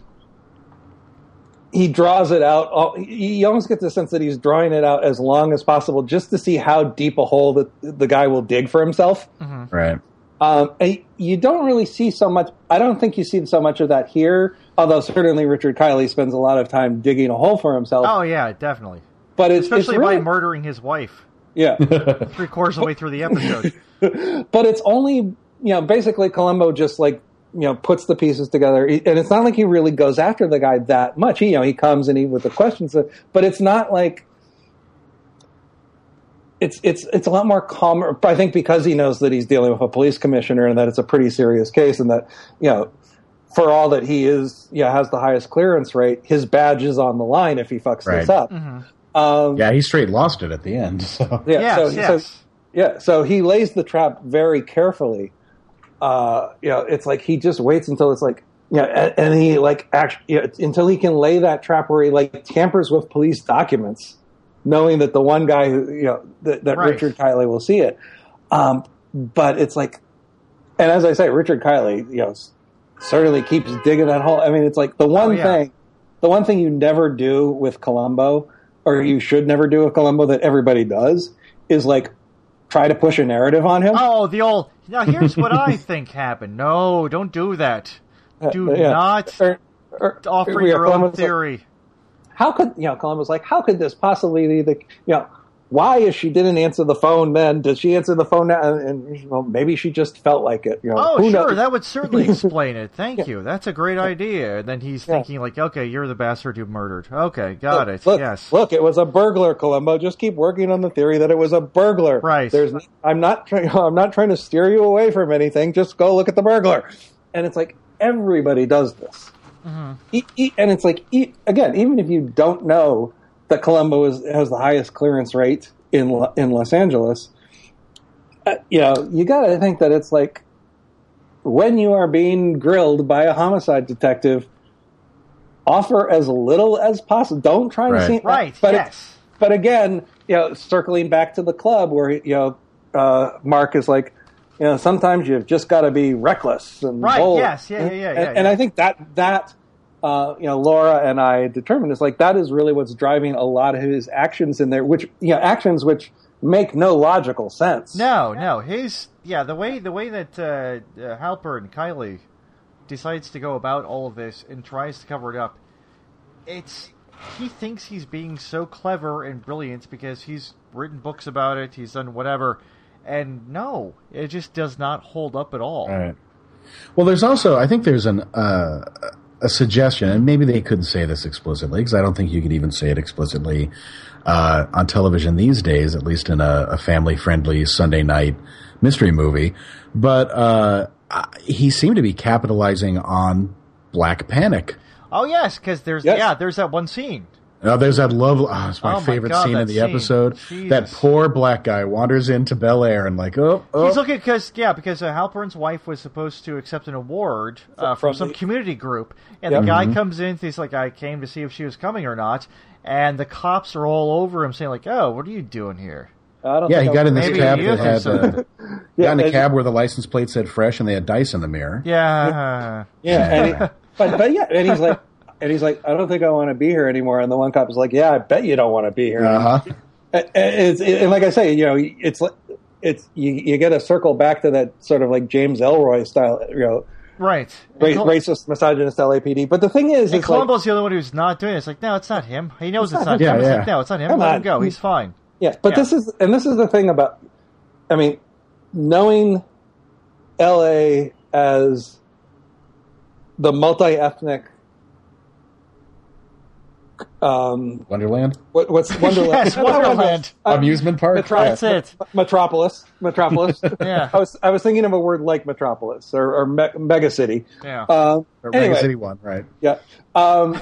D: he draws it out. all- You almost get the sense that he's drawing it out as long as possible just to see how deep a hole that the guy will dig for himself.
C: Right.
D: Um, and you don't really see so much. I don't think you see so much of that here. Although certainly Richard Kiley spends a lot of time digging a hole for himself.
B: oh yeah, definitely.
D: but it's it's
B: Especially
D: really,
B: by murdering his wife
D: yeah.
B: three quarters of the way through the episode.
D: but it's only you know basically Columbo just like you know puts the pieces together, He- and it's not like he really goes after the guy that much. He, you know, he comes and he with the questions, uh, but it's not like it's it's it's a lot more calmer. I think because he knows that he's dealing with a police commissioner and that it's a pretty serious case, and that you know. For all that he is, yeah, has the highest clearance rate. His badge is on the line if he fucks this
C: Right.
D: up. Um,
C: Yeah, he straight lost it at the end. So.
D: yeah,
B: Mm-hmm. yes,
D: so- so-
B: yes.
D: yeah, so he lays the trap very carefully. Uh, you know, it's like he just waits until it's like, yeah, and, and he like actually you know, until he can lay that trap where he like tampers with police documents, knowing that the one guy who you know that, that
B: Right.
D: Richard Kiley will see it. Um, but it's like, and as I say, Richard Kiley, you know, s- certainly keeps digging that hole. I mean, it's like the one
B: Oh, yeah.
D: thing, the one thing you never do with Columbo, or you should never do with Columbo that everybody does, is like try to push a narrative on him.
B: Oh, the old. Now here's what I think happened. No, don't do that. Do
D: Uh, Yeah.
B: not
D: Or- or-
B: offer
D: yeah,
B: your own
D: Columbo's like,
B: theory.
D: how could you know? Columbo's like, how could this possibly be the you know? Why is she didn't answer the phone then? Did she answer the phone now? And, and, well, maybe she just felt like it. You know,
B: Oh,
D: Who
B: sure,
D: knows?
B: that would certainly explain it. Thank you. That's a great idea. And then he's thinking like, okay, you're the bastard who murdered. Okay, got it.
D: Look,
B: yes.
D: look, it was a burglar, Columbo. Just keep working on the theory that it was a burglar.
B: Right.
D: There's, I'm not, try- I'm not trying to steer you away from anything. Just go look at the burglar. And it's like everybody does this.
B: Mm-hmm.
D: E- e- and it's like e- again, even if you don't know that Columbo is, has the highest clearance rate in Lo- in Los Angeles, uh, you know, you got to think that it's like when you are being grilled by a homicide detective, offer as little as possible. Don't try to
C: Right.
D: seem
B: Right.
D: But,
B: yes.
D: but again, you know, circling back to the club where you know uh, Mark is like, you know, sometimes you've just got to be reckless and
B: Right,
D: bold.
B: yes, yeah, yeah, yeah,
D: And,
B: yeah,
D: and
B: yeah.
D: I think that that uh, you know, Laura and I determined is like that is really what's driving a lot of his actions in there, which you know, actions which make no logical sense.
B: No, no, his yeah. The way the way that uh, uh, Halper and Kylie decides to go about all of this and tries to cover it up, it's he thinks he's being so clever and brilliant because he's written books about it, he's done whatever, and no, it just does not hold up at all.
C: All right. Well, there's also I think there's an uh, a suggestion, and maybe they couldn't say this explicitly because I don't think you could even say it explicitly uh, on television these days, at least in a, a family friendly Sunday night mystery movie. But uh, I- he seemed to be capitalizing on Black Panic.
B: Oh yes, because there's
D: Yes.
B: yeah, there's that one scene.
C: Now, there's that love. Oh, it's my
B: Oh my
C: favorite
B: God,
C: scene in
B: that
C: the
B: scene.
C: episode.
B: Jesus.
C: That poor black guy wanders into Bel Air and like, oh, oh.
B: He's looking because yeah, because uh, Halpern's wife was supposed to accept an award uh, from
D: From
B: some
D: the-
B: community group, and
D: Yep.
B: the
D: Mm-hmm.
B: guy comes in. He's like, "I came to see if she was coming or not," and the cops are all over him, saying like, "Oh, what are you doing here?"
D: I don't
C: yeah,
D: think
C: he
D: I
C: got in
D: would-
C: this
B: Maybe
C: cab
B: you
C: that had
B: think
C: uh,
D: Yeah,
C: got in a
D: and-
C: cab where the license plate said fresh and they had dice in the mirror.
B: Yeah,
D: Yeah, and he, but but yeah, and he's like, and he's like, I don't think I want to be here anymore. And the one cop is like, Yeah, I bet you don't want to be here.
C: Uh huh.
D: And, it's, and like I say, you know, it's like it's you, you get a circle back to that sort of like James Elroy style, you know,
B: right.
D: ra-
B: and Col-
D: racist, misogynist LAPD. But the thing is,
B: and
D: it's like,
B: Columbo's the only one who's not doing it. It's like, no, it's not him. He knows it's not,
C: him.
B: him.
C: Yeah,
B: It's
C: yeah.
B: like, no, it's not him.
D: Come
B: Let
D: on.
B: him go. He's fine.
D: yeah. But
B: yeah.
D: this is and this is the thing about, I mean, knowing LA as the multi ethnic. Um,
C: Wonderland
D: what, what's Wonderland?
B: yes,
D: Not
B: Wonderland.
D: Uh,
C: amusement park.
D: Metropolis.
B: That's it.
D: Metropolis. Metropolis.
B: Yeah.
D: I was I was thinking of a word like metropolis or, or me- mega city.
B: Yeah.
D: Um,
C: Or Mega
D: anyway,
C: City One, right?
D: yeah. Um,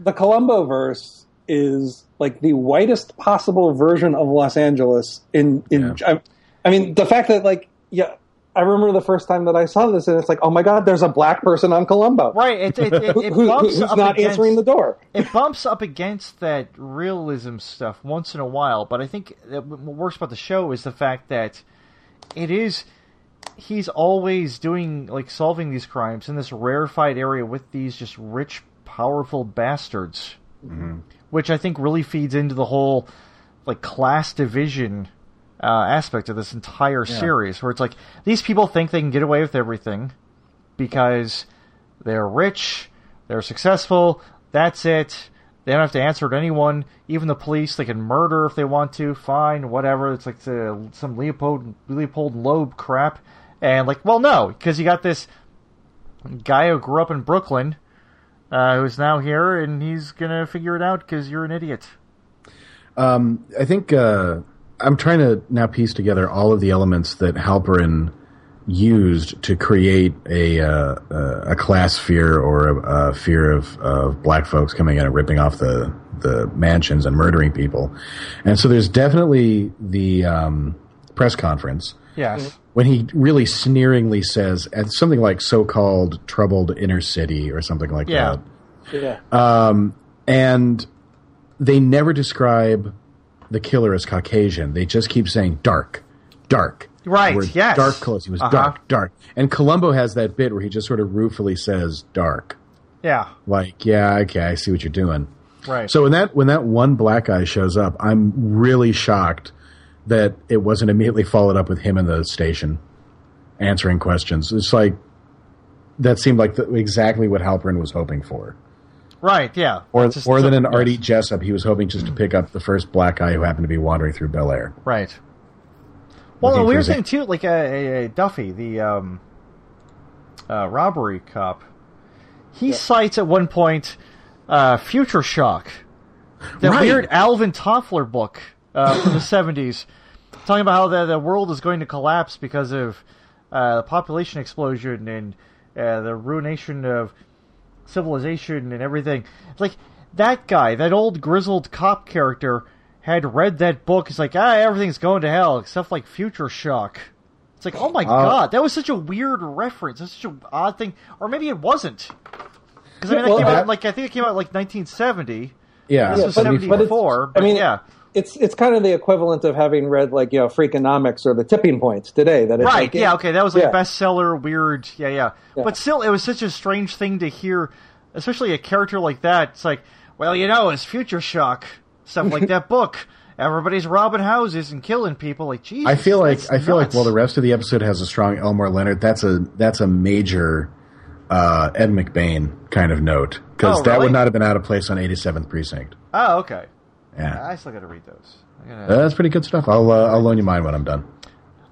D: the Columbo verse is like the whitest possible version of Los Angeles. In in I, I mean the fact that like yeah. I remember the first time that I saw this, and it's like, oh my god, there's a black person on Columbo.
B: Right. It it, it, it
D: Who,
B: bumps
D: who's
B: up
D: not
B: against,
D: answering the door?
B: it bumps up against that realism stuff once in a while, but I think that what works about the show is the fact that it is he's always doing like solving these crimes in this rarefied area with these just rich, powerful bastards, which I think really feeds into the whole like class division uh, aspect of this entire series, where it's like these people think they can get away with everything because they're rich, they're successful, that's it. They don't have to answer to anyone, even the police. They can murder if they want to, fine, whatever. It's like the, some Leopold Leopold Loeb crap. And like, well, no, because you got this guy who grew up in Brooklyn, uh, who's now here, and he's gonna figure it out because you're an idiot.
C: Um, I think uh, I'm trying to now piece together all of the elements that Halperin used to create a uh, uh, a class fear or a, a fear of, of black folks coming in and ripping off the the mansions and murdering people. And so there's definitely the um, press conference
B: Yes.
C: when he really sneeringly says and something like so-called troubled inner city or something like
B: Yeah.
C: that
D: Yeah.
C: and they never describe the killer as Caucasian. They just keep saying dark, dark.
B: Right,
C: We're
B: yes.
C: Dark clothes. He was
B: Uh-huh.
C: dark, dark. And Columbo has that bit where he just sort of ruefully says dark.
B: Yeah.
C: Like, yeah, okay, I see what you're doing.
B: Right.
C: So when that when that one black guy shows up, I'm really shocked that it wasn't immediately followed up with him in the station answering questions. It's like that seemed like the, exactly what Halperin was hoping for
B: right. Yeah.
C: or,
B: Just
C: more than an
B: some-
C: Artie Jessup, he was hoping just to pick up the first black guy who happened to be wandering through Bel Air.
B: Right. Well, the
C: Looking
B: weird
C: for
B: thing too, like uh, uh, Duffy, the um, uh, robbery cop, he cites at one point uh, Future Shock, that
C: Right.
B: weird Alvin Toffler book uh, from the seventies, talking about how the, the world is going to collapse because of uh, the population explosion and uh, the ruination of civilization and everything. It's like that guy, that old grizzled cop character, had read that book. He's like, ah, everything's going to hell except like Future Shock. It's like, oh my god, that was such a weird reference. That's such an odd thing, or maybe it wasn't. Because I mean, that
D: Well,
B: came out
D: that-
B: like I think it came out like 1970.
C: Yeah,
B: This was
D: but- but it's-
B: 74. But,
D: I mean,
B: yeah,
D: it's it's kind of the equivalent of having read like you know Freakonomics or The Tipping Point today. That it's
B: Right.
D: like,
B: yeah. Okay. That was like
D: yeah.
B: bestseller. Weird. Yeah, yeah. But still, it was such a strange thing to hear, especially a character like that. It's like, well, you know, it's Future Shock stuff like that book. Everybody's robbing houses and killing people. Like, Jesus.
C: I feel like
B: that's
C: I feel like
B: nuts.
C: while the rest of the episode has a strong Elmore Leonard, that's a that's a major uh, Ed McBain kind of note because
B: Oh,
C: that
B: really?
C: would not have been out of place on 87th Precinct.
B: Oh, okay.
C: Yeah,
B: I still got to read those. I gotta-
C: that's pretty good stuff. I'll uh, I'll loan you mine when I'm done.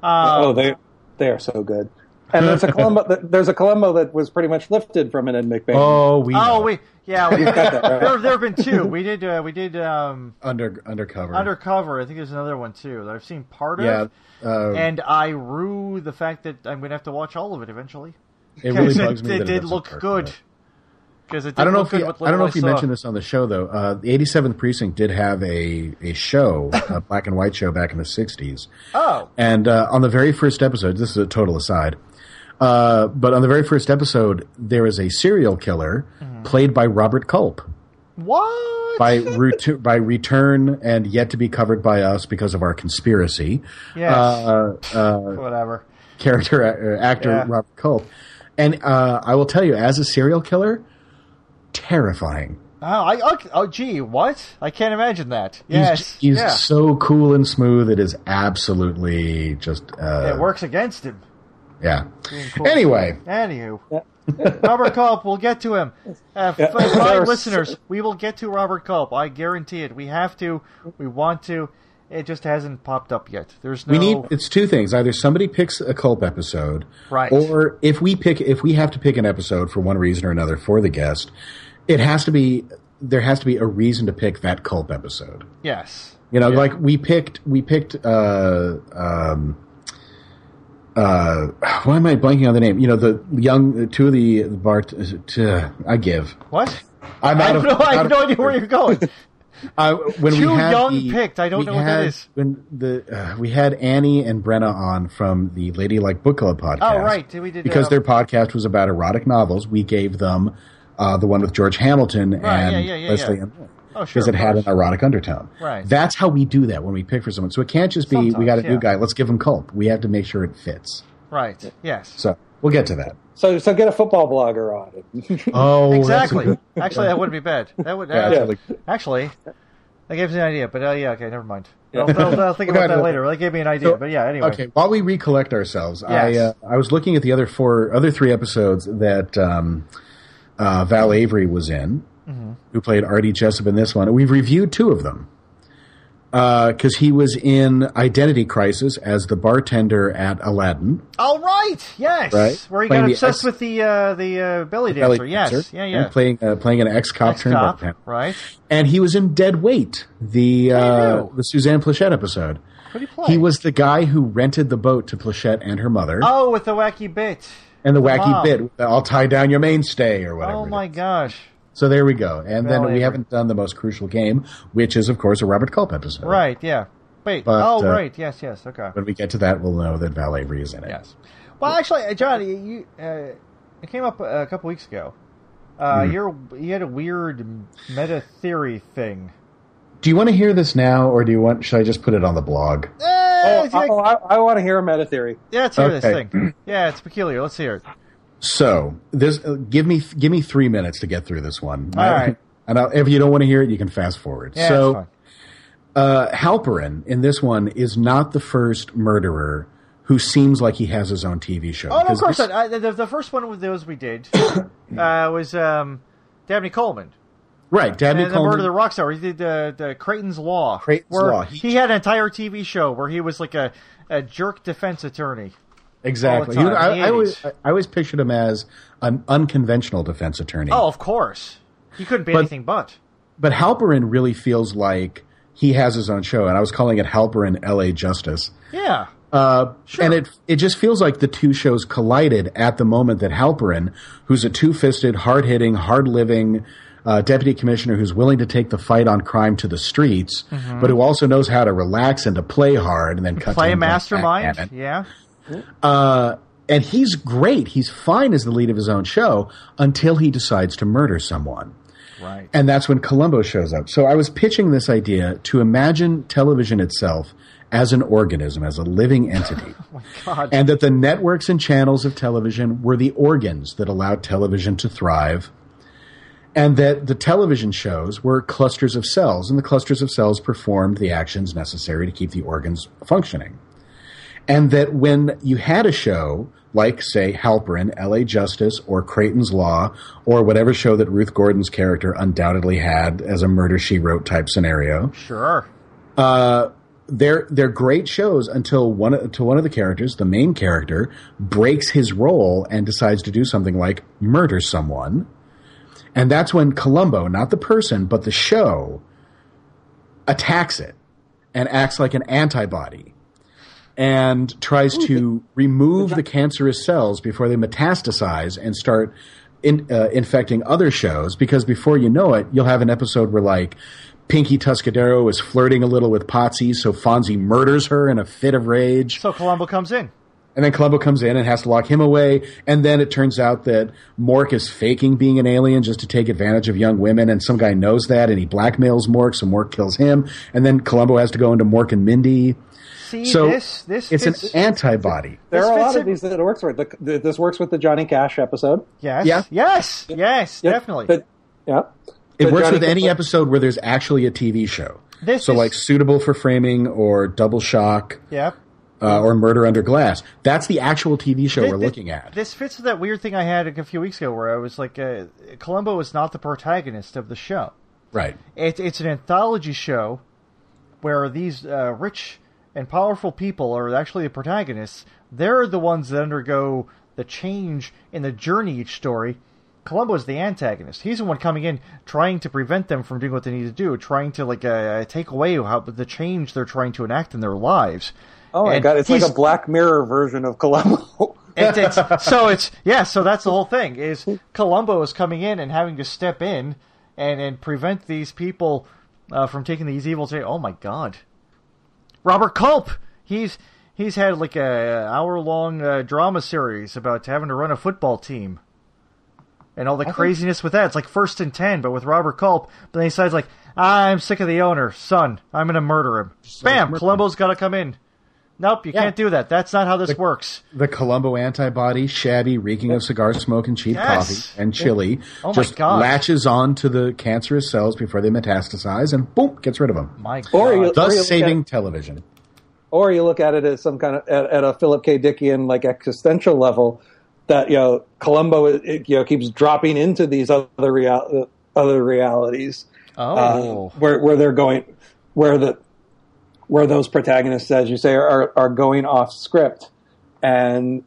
C: Uh,
B: uh,
D: oh, they they are so good. And there's a Columbo. There's a Columbo that was pretty much lifted from an Ed McBain.
C: Oh, we
B: Oh,
C: know.
B: we yeah. We,
D: got that, right?
B: there, there have been two. We did. Uh, we did um,
C: under undercover.
B: undercover. I think there's another one too that I've seen part of.
C: yeah, uh,
B: And I rue the fact that I'm gonna have to watch all of it eventually.
C: it really
B: Because
C: bugs me.
B: it,
C: that
B: did
C: doesn't
B: look
C: work,
B: good.
C: but-
B: Because it did
C: I don't know
B: look
C: if you,
B: good
C: I
B: with
C: don't know
B: little
C: if you
B: saw.
C: mentioned this on the show though. Uh, the 87th Precinct did have a a show, a black and white show back in the 60s.
B: Oh,
C: And uh, on the very first episode, this is a total aside, uh, but on the very first episode, there is a serial killer
B: Mm.
C: played by Robert Culp
B: what?
C: by ret- by return and yet to be covered by us because of our conspiracy.
B: Yes.
C: Uh, uh,
B: Whatever.
C: character a- uh, actor
B: Yeah.
C: Robert Culp, and uh, I will tell you, as a serial killer, terrifying.
B: Oh, I, oh, oh, gee, what? I can't imagine that. Yes,
C: He's, he's
B: yeah.
C: so cool and smooth. It is absolutely just. Uh,
B: it works against him.
C: Yeah.
B: Being cool.
C: Anyway,
B: Anywho, Robert Culp, we'll get to him. Uh, f-
D: Yeah.
B: fine
D: There's-
B: listeners, we will get to Robert Culp. I guarantee it. We have to. We want to. It just hasn't popped up yet. There's no.
C: We need it's two things. Either somebody picks a culp episode,
B: Right.
C: Or if we pick, if we have to pick an episode for one reason or another for the guest, it has to be there has to be a reason to pick that culp episode.
B: yes.
C: You know, like we picked we picked uh um uh why am I blanking on the name? You know, the young two of the the bart. uh, I give.
B: What?
C: I'm
B: I
C: out
B: have,
C: of.
B: no, I
C: out
B: have
C: of-
B: no idea where you're going.
C: uh, when
B: Too
C: we had
B: young
C: the-
B: picked. I don't
C: we
B: know what that
C: had-
B: is.
C: When the uh, we had Annie and Brenna on from the Ladylike Book Club podcast.
B: Oh, right. We did,
C: because
B: um,
C: their podcast was about erotic novels. We gave them uh, the one with George Hamilton
B: Right,
C: and
B: yeah, yeah, yeah,
C: Leslie
B: yeah.
C: and
B: Oh, sure.
C: because it
B: of
C: had
B: course.
C: an erotic undertone.
B: Right.
C: That's how we do that when we pick for someone. So it can't just be we
B: Sometimes,
C: got a
B: yeah.
C: new guy. Let's give him culp. We have to make sure it fits.
B: Right. Yes.
C: So we'll get to that.
D: So so get a football blogger on it.
C: Oh,
B: Exactly. Actually, that wouldn't be bad. That would.
C: Yeah,
B: uh,
C: that's really-
B: Actually, that gives me an idea. But uh, yeah, okay, never mind.
D: Yeah.
B: I'll, I'll- I'll think
C: We're
B: about
C: gonna-
B: that later. That gave me an idea.
C: So-
B: but yeah, anyway.
C: Okay, while we recollect ourselves, I uh,
B: Yes.
C: I was looking at the other four, other three episodes that um, uh, Val Avery was in,
B: Mm-hmm.
C: who played Artie Jessup in this one. We've reviewed two of them because he was in Identity Crisis as the bartender at Aladdin.
B: All right. Yes.
C: Right.
B: Where he
C: Playing
B: got
C: the
B: obsessed
C: ex-
B: with the uh, the uh, belly dancer.
C: Belly
B: yes.
C: dancer,
B: Yeah.
C: and
B: Yeah.
C: playing uh, playing an ex cop
B: Next
C: turned
B: stop.
C: bartender.
B: Right.
C: and he was in Dead Weight, the uh,
B: know?
C: the Suzanne Plachette episode.
B: What do you play?
C: He was the guy who rented the boat to Plachette and her mother,
B: Oh, with the wacky bit.
C: and the wacky
B: mom.
C: bit. uh, I'll tie down your mainstay or whatever.
B: Oh
C: it
B: my
C: is.
B: gosh.
C: So there we go. And
B: Well,
C: then we
B: Avery.
C: haven't done the most crucial game, which is of course a Robert Culp episode.
B: Right. Yeah. Wait.
C: But,
B: oh,
C: uh,
B: right. Yes. Yes. Okay.
C: When we get to that, we'll know that Val Avery is in it.
B: Yes. Well, actually, uh, John, you uh, it came up a couple weeks ago. Uh,
C: Hmm.
B: You're you had a weird meta theory thing.
C: Do you want to hear this now, or do you want? Should I just put it on the blog?
B: Eh, yeah,
D: oh, oh, I, I want to hear a meta theory.
B: yeah, let's hear this
C: okay.
B: thing. Yeah, it's peculiar. Let's hear it.
C: So this, uh, give me give me three minutes to get through this one.
B: All right.
C: And I'll, if you don't want to hear it, you can fast forward.
B: Yeah,
C: so.
B: it's fine.
C: uh, Halperin in this one is not the first murderer who seems like he has his own TV show.
B: Oh, no, of
C: Because
B: course
C: this-
B: not. I, the, the first one with those we did uh, was um, Dabney Coleman.
C: Right, Dabney
B: And the murder of the
C: Coleman.
B: rock star. He did uh, the Creighton's Law.
C: Creighton's
B: where
C: Law.
B: He,
C: He-
B: had an entire TV show where he was like a, a jerk defense attorney.
C: Exactly.
B: all the
C: You know,
B: time,
C: I,
B: the
C: I always,
B: 80s.
C: I always pictured him as an unconventional defense attorney.
B: Oh, of course. He couldn't be
C: But-
B: anything but.
C: But Halperin really feels like he has his own show, and I was calling it Halperin L.A. Justice.
B: Yeah.
C: Uh,
B: Sure.
C: And it it just feels like the two shows collided at the moment that Halperin, who's a two fisted, hard hitting, hard living uh, deputy commissioner who's willing to take the fight on crime to the streets, but who also knows how to relax and to play hard and then cut to
B: Mm-hmm. Play a
C: him going back
B: mastermind.
C: at it.
B: Yeah.
C: Uh, and he's great. He's fine as the lead of his own show until he decides to murder someone.
B: Right.
C: And that's when Columbo shows up. So I was pitching this idea to imagine television itself as an organism, as a living entity.
B: Oh God.
C: and that the networks and channels of television were the organs that allowed television to thrive, and that the television shows were clusters of cells, and the clusters of cells performed the actions necessary to keep the organs functioning. And that when you had a show, like, say, Halperin, LA Justice, or Creighton's Law, or whatever show that Ruth Gordon's character undoubtedly had as a murder she wrote type scenario,
B: Sure.
C: they're they're great shows until one until one of the characters, the main character, breaks his role and decides to do something like murder someone, and that's when Columbo, not the person but the show, attacks it and acts like an antibody and tries to remove the cancerous cells before they metastasize and start in, uh, infecting other shows. Because before you know it, you'll have an episode where like Pinky Tuscadero is flirting a little with Potsy, so Fonzie murders her in a fit of rage.
B: So Columbo comes in.
C: And then Columbo comes in and has to lock him away. And then it turns out that Mork is faking being an alien just to take advantage of young women. And some guy knows that and he blackmails Mork. So Mork kills him. And then Columbo has to go into Mork and Mindy.
B: See
C: So
B: this? This
C: it's
B: fits-
C: an antibody.
D: There
B: This
D: are a lot
B: fits
D: of
B: in-
D: these that it works with. The- the- This works with the Johnny Cash episode.
B: Yes.
C: Yeah.
B: Yes. Yes.
D: Yeah,
B: Definitely.
D: but- yeah.
C: It
D: But
C: works
D: Johnny
C: with any
D: Cash-
C: episode where there's actually a TV show.
B: This
C: so,
B: is-
C: like suitable for framing or double shock
B: yeah.
C: uh, or murder under glass. That's the actual TV show
B: Thi-
C: we're
B: thi-
C: looking at.
B: This fits with that weird thing I had a few weeks ago where I was like, uh, Columbo is not the protagonist of the show.
C: right.
B: It, it's an anthology show where these uh, rich and powerful people are actually the protagonists. They're the ones that undergo the change in the journey each story. Columbo is the antagonist. He's the one coming in, trying to prevent them from doing what they need to do, trying to like uh, take away how the change they're trying to enact in their lives.
D: Oh my
B: And
D: god, it's like
B: he's-
D: a Black Mirror version of Columbo.
B: it's, it's so it's yeah. So that's the whole thing is Columbo is coming in and having to step in and and prevent these people uh, from taking these evil. Say, oh my god, Robert Culp. He's he's had like a hour long uh, drama series about having to run a football team. And all the craziness with that. It's like first and ten, but with Robert Culp. But then he decides, like, I'm sick of the owner, son. I'm going to murder him. Bam!
C: murder him.
B: Columbo's got to come in. Nope, you
C: Yeah.
B: can't do that. That's not how this
C: The-
B: works.
C: The Columbo antibody, shabby, reeking of cigar smoke and cheap
B: Yes.
C: coffee and chili,
B: Oh my
C: just
B: God.
C: latches on to the cancerous cells before they metastasize and boom, gets rid of them.
B: My God.
D: Or you- Really?
C: Thus saving television.
D: or you look at it as some kind of at, at a Philip K. Dickian like existential level that you know Columbo it, you know keeps dropping into these other real, other realities uh,
B: oh,
D: where where they're going where the where those protagonists as you say are are going off script and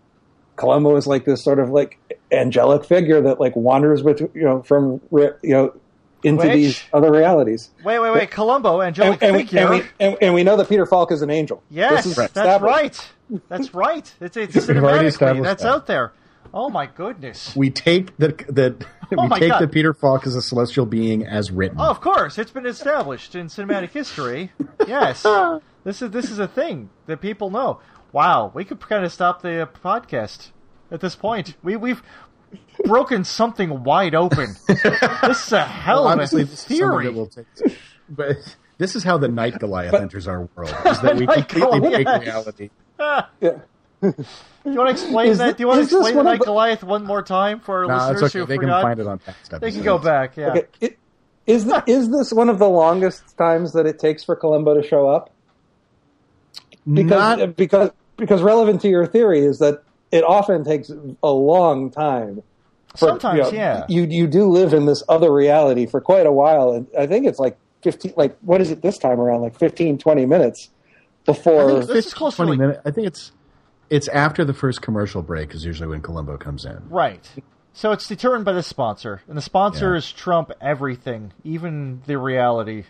D: Columbo is like this sort of like angelic figure that like wanders with you know from re- you know into
B: Which-
D: these other realities
B: wait, wait, wait. Columbo, angelic
D: and, and, we,
B: figure.
D: and, we, and, and we know that Peter Falk is an angel
B: yes,
D: This is
B: that's
D: established.
B: right. That's right. It's it's
C: We've
B: cinematically.
C: already established
B: That's
C: that.
B: out there. Oh my goodness.
C: We take that that we
B: Oh my
C: take
B: God.
C: that Peter Falk is a celestial being as written.
B: Oh, of course, it's been established in cinematic history. Yes, this is this is a thing that people know. Wow, we could kind of stop the uh, podcast at this point. We we've broken something wide open. this is a hell of
C: honestly,
B: a
C: this is something
B: theory.
C: that will take. But this is how the Night Goliath enters our world: is that we
B: Night
C: completely break
B: Goliath.
C: reality.
D: Yeah.
B: Do you want to explain
D: Is
B: that?
D: thi-
B: Do you want to
D: is this
B: explain the
D: one of
B: Night
D: the-
B: Goliath one more time for our
C: No,
B: listeners
C: it's okay.
B: who
C: They can
B: forgot?
C: find it on past episodes.
B: They can go back. Yeah.
D: Okay. It, is, th- is this one of the longest times that it takes for Columbo to show up? Because
C: Not-
D: because because relevant to your theory is that it often takes a long time. for-
B: Sometimes,
D: you know,
B: yeah.
D: You you do live in this other reality for quite a while, and I think it's like fifteen. Like what is it this time around? Like 15, 20 minutes
C: I
D: before.
C: think
B: This is
C: 15,
B: close to
C: 20
B: like-
C: minute- I think it's it's after the first commercial break is usually when Columbo comes in.
B: Right. So it's determined by the sponsor, and the sponsors trump everything, even the reality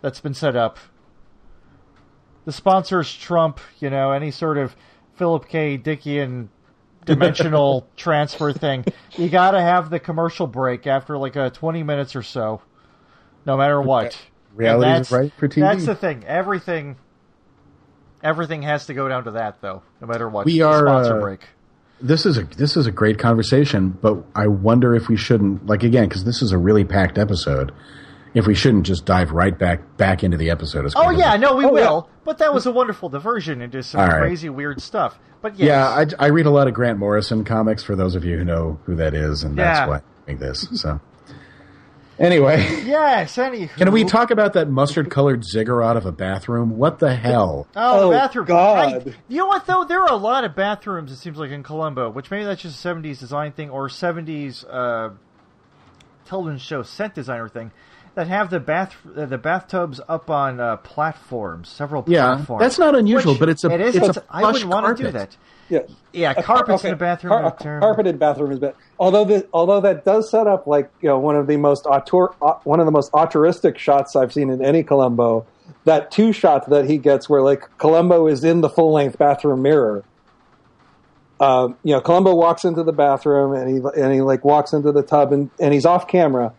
B: that's been set up. The sponsors trump, you know, any sort of Philip K. Dickian dimensional transfer thing. You got to have the commercial break after like uh, 20 minutes or so, no matter what.
C: Reality
B: And
C: is right for TV.
B: That's the thing. Everything, everything has to go down to that, though, no matter what.
C: We
B: The
C: are,
B: sponsor
C: uh,
B: break.
C: this is a this is a great conversation, but I wonder if we shouldn't like again because this is a really packed episode. If we shouldn't just dive right back back into the episode. as
B: Oh
C: quick as
B: yeah,
C: we-
B: no, we
D: Oh, yeah.
B: will. But that was a wonderful diversion into some
C: All right.
B: crazy, weird stuff. But yes,
C: yeah. I, I read a lot of Grant Morrison comics for those of you who know who that is, and
B: Yeah.
C: that's why I'm doing this. So anyway,
B: yes. Any
C: can we talk about that mustard colored ziggurat of a bathroom? What the hell?
B: Oh,
D: Oh,
B: bathroom!
D: God.
B: right. You know what though? There are a lot of bathrooms. It seems like in Colombo, which maybe that's just a '70s design thing or '70s uh, television show set designer thing that have the bath uh, the bathtubs up on uh, platforms, several
C: Yeah,
B: platforms.
C: that's not unusual,
B: Which-
C: but it's a
B: it is,
C: it's
B: but
C: a
B: I wouldn't
C: plush
B: want to do
C: carpet.
B: that.
D: Yeah.
B: Yeah,
D: A-
B: carpets
D: okay.
B: in a bathroom.
D: Car-
B: are
D: a
B: terrible.
D: carpeted bathroom is bad. Although the, although that does set up like you know one of the most auteur, au- one of the most auteuristic shots I've seen in any Columbo. That two shot that he gets where like Columbo is in the full length bathroom mirror. Um, you know, Columbo walks into the bathroom and he and he like walks into the tub and, and he's off camera,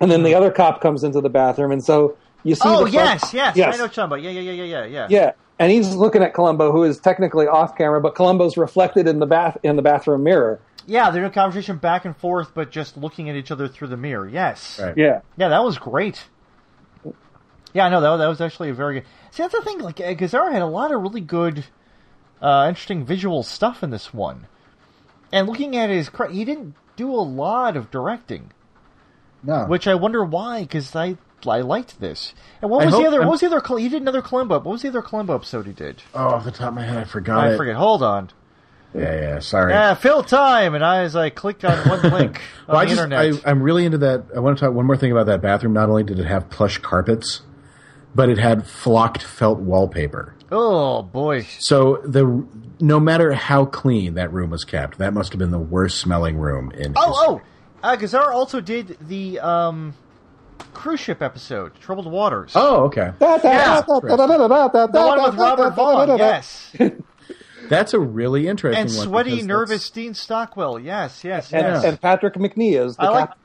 D: and then the other cop comes into the bathroom and so you see.
B: Hmm. Oh
D: the front-
B: yes, yes,
D: yes,
B: I know Chumba. Yeah, yeah, yeah, yeah, yeah, yeah.
D: yeah, and he's looking at Columbo, who is technically off camera, but Columbo's reflected in the bath in the bathroom mirror.
B: Yeah, they're in a conversation back and forth, but just looking at each other through the mirror. Yes.
C: Right.
D: Yeah,
B: Yeah, that was great. Yeah, no, that that was actually a very good. See, that's the thing. Like uh, Gazara had a lot of really good, uh, interesting visual stuff in this one, and looking at his, cra- he didn't do a lot of directing,
C: No,
B: which I wonder why. Because I I liked this. And what
C: I
B: was the
C: hope
B: other?
C: I'm-
B: What was the other? Col- he did another Columbo. What was the other Columbo episode he did?
C: oh, off the top of my head, I forgot.
B: I
C: it.
B: forget. Hold on.
C: Yeah, yeah. Sorry.
B: Yeah, fill time, and I as I click on one link on
C: Well, I
B: the
C: just
B: internet.
C: I, I'm really into that. I want to talk one more thing about that bathroom. Not only did it have plush carpets, but it had flocked felt wallpaper.
B: oh boy.
C: So the no matter how clean that room was kept, that must have been the worst smelling room in.
B: Oh, oh! Uh, Gazar also did the um, cruise ship episode, Troubled Waters.
C: oh, okay.
B: the one
D: oh,
B: with Robert Vaughn, yes.
C: That's a really interesting
B: And
C: one
B: sweaty,
C: because
B: nervous Dean Stockwell, yes, yes,
D: and,
B: yes.
D: and Patrick McNee is the
B: I like.
D: cap-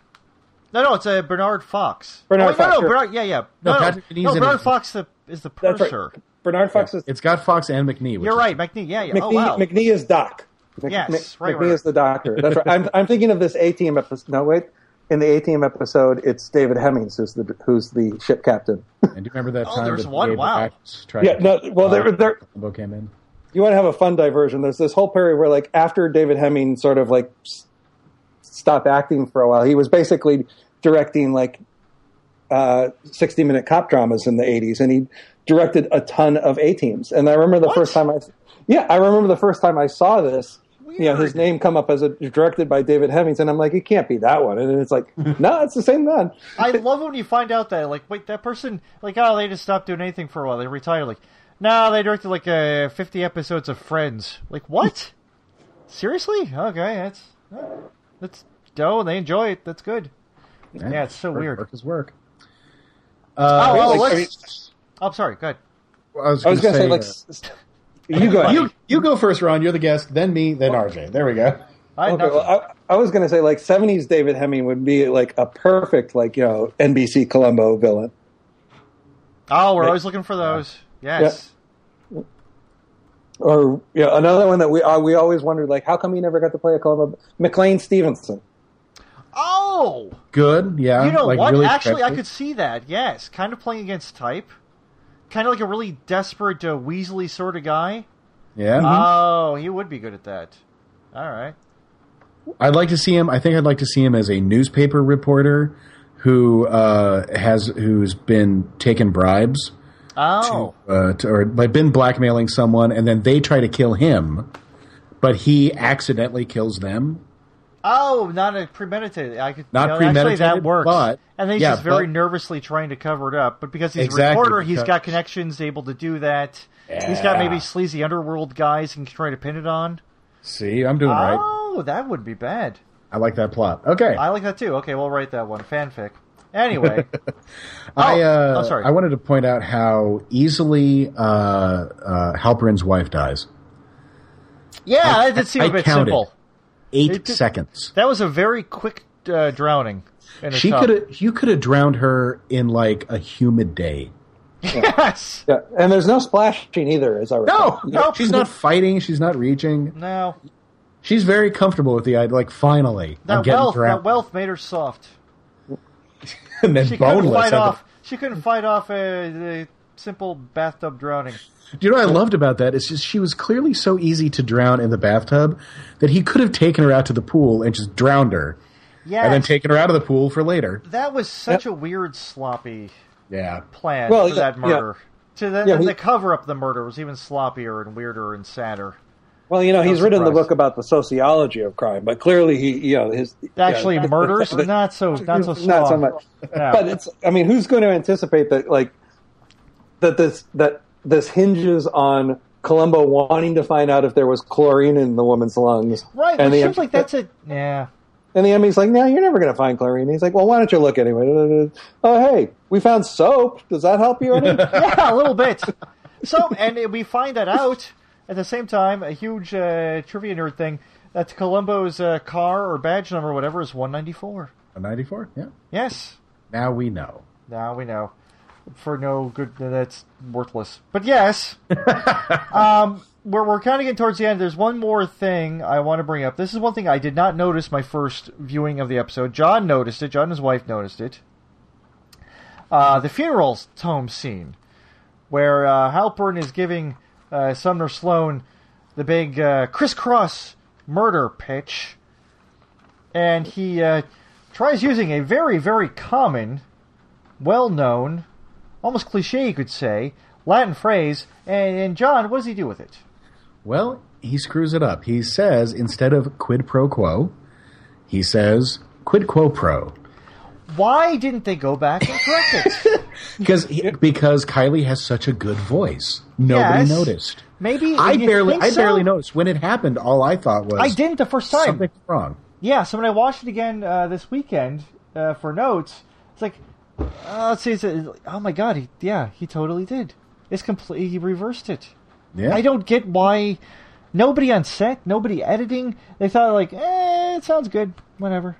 B: No, no, it's uh, Bernard Fox. oh,
D: Bernard
B: wait,
D: Fox,
B: No, no,
D: sure.
B: Bernard. Yeah, yeah.
C: No,
B: No, no,
C: Patrick McNee's
B: no,
C: in
B: Bernard
C: it.
B: Fox the, is the
D: That's right.
B: purser.
D: Bernard Fox
C: It's,
D: is
C: it's got Fox and McNee. Which
B: You're
C: is-
B: right, McNee. Yeah, yeah.
D: McNee.
B: oh wow.
D: McNee is Doc. Mc-
B: Yes,
D: Mc-
B: right,
D: McNee
B: right.
D: is the doctor. That's right. I'm I'm thinking of this A Team episode. No, wait. In the A Team episode, it's David Hemmings who's the who's the ship captain.
C: And do you remember that
B: Oh,
C: time
B: there's
C: that
B: one,
C: Gabe
B: wow.
C: Axe tried
D: yeah,
C: to-
D: no. Well, there there
C: Columbo came in.
D: you want to have a fun diversion. There's this whole period where, like, after David Hemming sort of like s- stopped acting for a while, he was basically directing like uh, 60 minute cop dramas in the 80s, and he directed a ton of A teams. And I remember the first time I, yeah, I remember the first time I saw this. You know, his
B: Weird.
D: name come up as a directed by David Hemmings, and I'm like, it can't be that one. And then it's like, no, it's the same one.
B: I love when you find out that, like, wait, that person, like, oh, they just stopped doing anything for a while. They retired. Like, no, they directed, like, uh, 50 episodes of Friends. Like, what? Seriously? Okay, that's, that's dope. They enjoy it. That's good. Yeah, it's so
C: work,
B: weird.
C: Work is work. Uh,
B: oh, well,
D: like, I
B: let's. I am Oh, sorry, go ahead.
C: I was
D: I was
C: going to
D: say, like,
C: uh,
D: s- s- you go. ahead.
C: you you go first, Ron. You're the guest. Then me. Then RJ. There we go.
B: I,
D: Okay, well, I, I was going to say like '70s David Hemming would be like a perfect like you know NBC Columbo villain.
B: oh, we're always looking for those. Yes.
D: Or you know, another one that we uh, we always wondered like how come he never got to play a Columbo? McLean Stevenson.
B: Oh!
C: Good. Yeah.
B: You know
C: like,
B: what?
C: really
B: Actually, I
C: effective.
B: could see that. Yes, kind of playing against type, kind of like a really desperate, uh, Weasley sort of guy.
C: Yeah.
B: Oh, he would be good at that. All right.
C: Mm-hmm. I'd like to see him. I think I'd like to see him as a newspaper reporter who uh, has who's been taking bribes
B: Oh,
C: uh, to, or like been blackmailing someone, and then they try to kill him, but he accidentally kills them.
B: oh, not a premeditated. I could
C: Not
B: you know, actually that
C: premeditated,
B: works.
C: but-
B: and then he's
C: yeah,
B: just very
C: but-
B: nervously trying to cover it up. But because he's a
C: Exactly,
B: reporter, he's
C: because-
B: got connections, able to do that. He's got
C: Yeah.
B: maybe sleazy underworld guys he can try to pin it on.
C: See, I'm doing right.
B: Oh, that would be bad.
C: I like that plot. Okay.
B: I like that too. Okay, we'll write that one fanfic. Anyway,
C: I,
B: Oh,
C: uh,
B: oh, sorry.
C: I wanted to point out how easily uh, uh, Halperin's wife dies.
B: yeah,
C: I-
B: that did seem
C: I
B: a bit
C: counted.
B: simple.
C: Eight
B: It did-
C: seconds.
B: That was a very quick uh, drowning. In a
C: She
B: tub.
C: could have. You could have drowned her in like a humid day.
B: Yes.
D: Yeah, and there's no splashing either, as I recall.
C: No, no, she's not fighting. She's not reaching.
B: No.
C: She's very comfortable with the idea. Like, finally, I'm
B: That
C: getting
B: wealth, that
C: trapped.
B: wealth made her soft.
C: and then
B: She couldn't
C: boneless.
B: fight
C: I-
B: off. She couldn't fight off a, the simple bathtub drowning.
C: Do you know what I loved about that? Is just she was clearly so easy to drown in the bathtub that he could have taken her out to the pool and just drowned her,
B: Yeah,
C: and then taken her out of the pool for later.
B: that was such a weird, sloppy
C: Yeah,
B: plan
D: Well,
B: for
D: yeah,
B: that murder. To the,
D: Yeah,
B: and
D: he-
B: the cover up the murder was even sloppier and weirder and sadder.
D: Well, you know, he's written the
B: surprised.
D: book about the sociology of crime, but clearly he, you know, his
B: Actually,
D: yeah.
B: murders
D: But-
B: not so not so slow.
D: not so much.
B: Yeah.
D: But it's, I mean, who's going to anticipate that, like, that this that this hinges on Columbo wanting to find out if there was chlorine in the woman's lungs,
B: right,
D: And
B: it
D: the
B: seems like that's a yeah.
D: and the Emmy's like, "No, you're never going to find chlorine." he's like, "Well, why don't you look anyway?" Oh, hey, we found soap. Does that help you any?
B: yeah, a little bit. So, and we find that out at the same time. A huge uh, trivia nerd thing that Columbo's uh, car or badge number, or whatever, is one ninety four.
C: ninety four. Yeah,
B: Yes,
C: now we know.
B: now we know. For no good, that's worthless. But yes, um, we're we're kind of getting towards the end. There's one more thing I want to bring up. This is one thing I did not notice my first viewing of the episode. John noticed it. John and his wife noticed it. Uh, the funeral home scene, where uh, Halpern is giving uh, Sumner Sloan the big uh, crisscross murder pitch, and he uh, tries using a very very common well known, almost cliche, you could say, Latin phrase. And, and John, what does he do with it?
C: Well, he screws it up. He says instead of quid pro quo, he says quid quo pro.
B: Why didn't they go back and correct it?
C: Because he- because Kylie has such a good voice, nobody
B: Yes.
C: noticed.
B: Maybe
C: I
B: you
C: barely
B: think
C: I
B: so?
C: barely noticed when it happened. All I thought was
B: I didn't the first time.
C: something wrong.
B: Yeah, so when I watched it again uh, this weekend uh, for notes, it's like, uh, let's see, it's a, oh my god, he, yeah, he totally did. It's complete. He reversed it.
C: Yeah,
B: I don't get why nobody on set, nobody editing, they thought like, eh, it sounds good, whatever.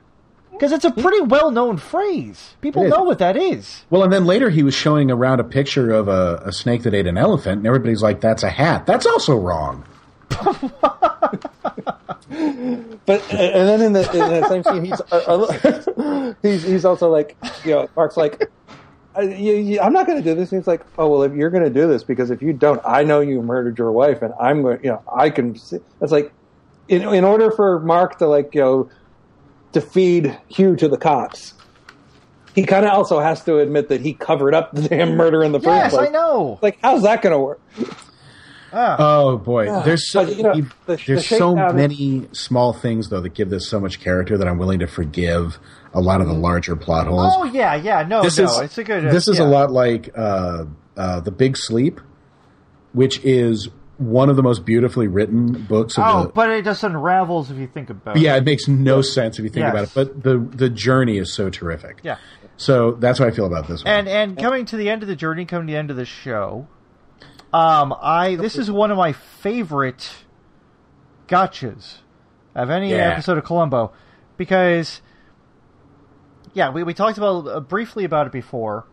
B: Because it's a pretty well-known phrase. People
C: It is.
B: know what that is.
C: Well, and then later he was showing around a picture of a, a snake that ate an elephant, and everybody's like, "That's a hat." That's also wrong.
D: But uh, and then in the, in the same scene, he's uh, he's he's also like, you know, Mark's like, I, you, you, I'm not going to do this. And he's like, oh well, if you're going to do this, because if you don't, I know you murdered your wife, and I'm going, you know, I can. see- It's like, in in order for Mark to like, you know, to feed Hugh to the cops, he kind of also has to admit that he covered up the damn murder in the
B: Yes,
D: first place.
B: I know.
D: Like, how's that going to work?
C: Oh boy, there's so
D: but, you know, the- the
C: there's so
D: shakedown-
C: many small things though that give this so much character that I'm willing to forgive a lot of the larger plot holes.
B: Mm-hmm. Oh yeah, yeah. No,
C: this
B: no,
C: is
B: it's a good. uh,
C: this is
B: yeah.
C: a lot like uh, uh, the Big Sleep, which is one of the most beautifully written books. Of
B: Oh,
C: the,
B: but it just unravels if you think about it.
C: yeah, it makes no sense if you think
B: Yes.
C: about it. But the the journey is so terrific.
B: Yeah.
C: So that's what I feel about this one.
B: And and coming to the end of the journey, coming to the end of the show, um, I this is one of my favorite gotchas of any
C: Yeah.
B: episode of Columbo because yeah, we, we talked about uh, briefly about it before,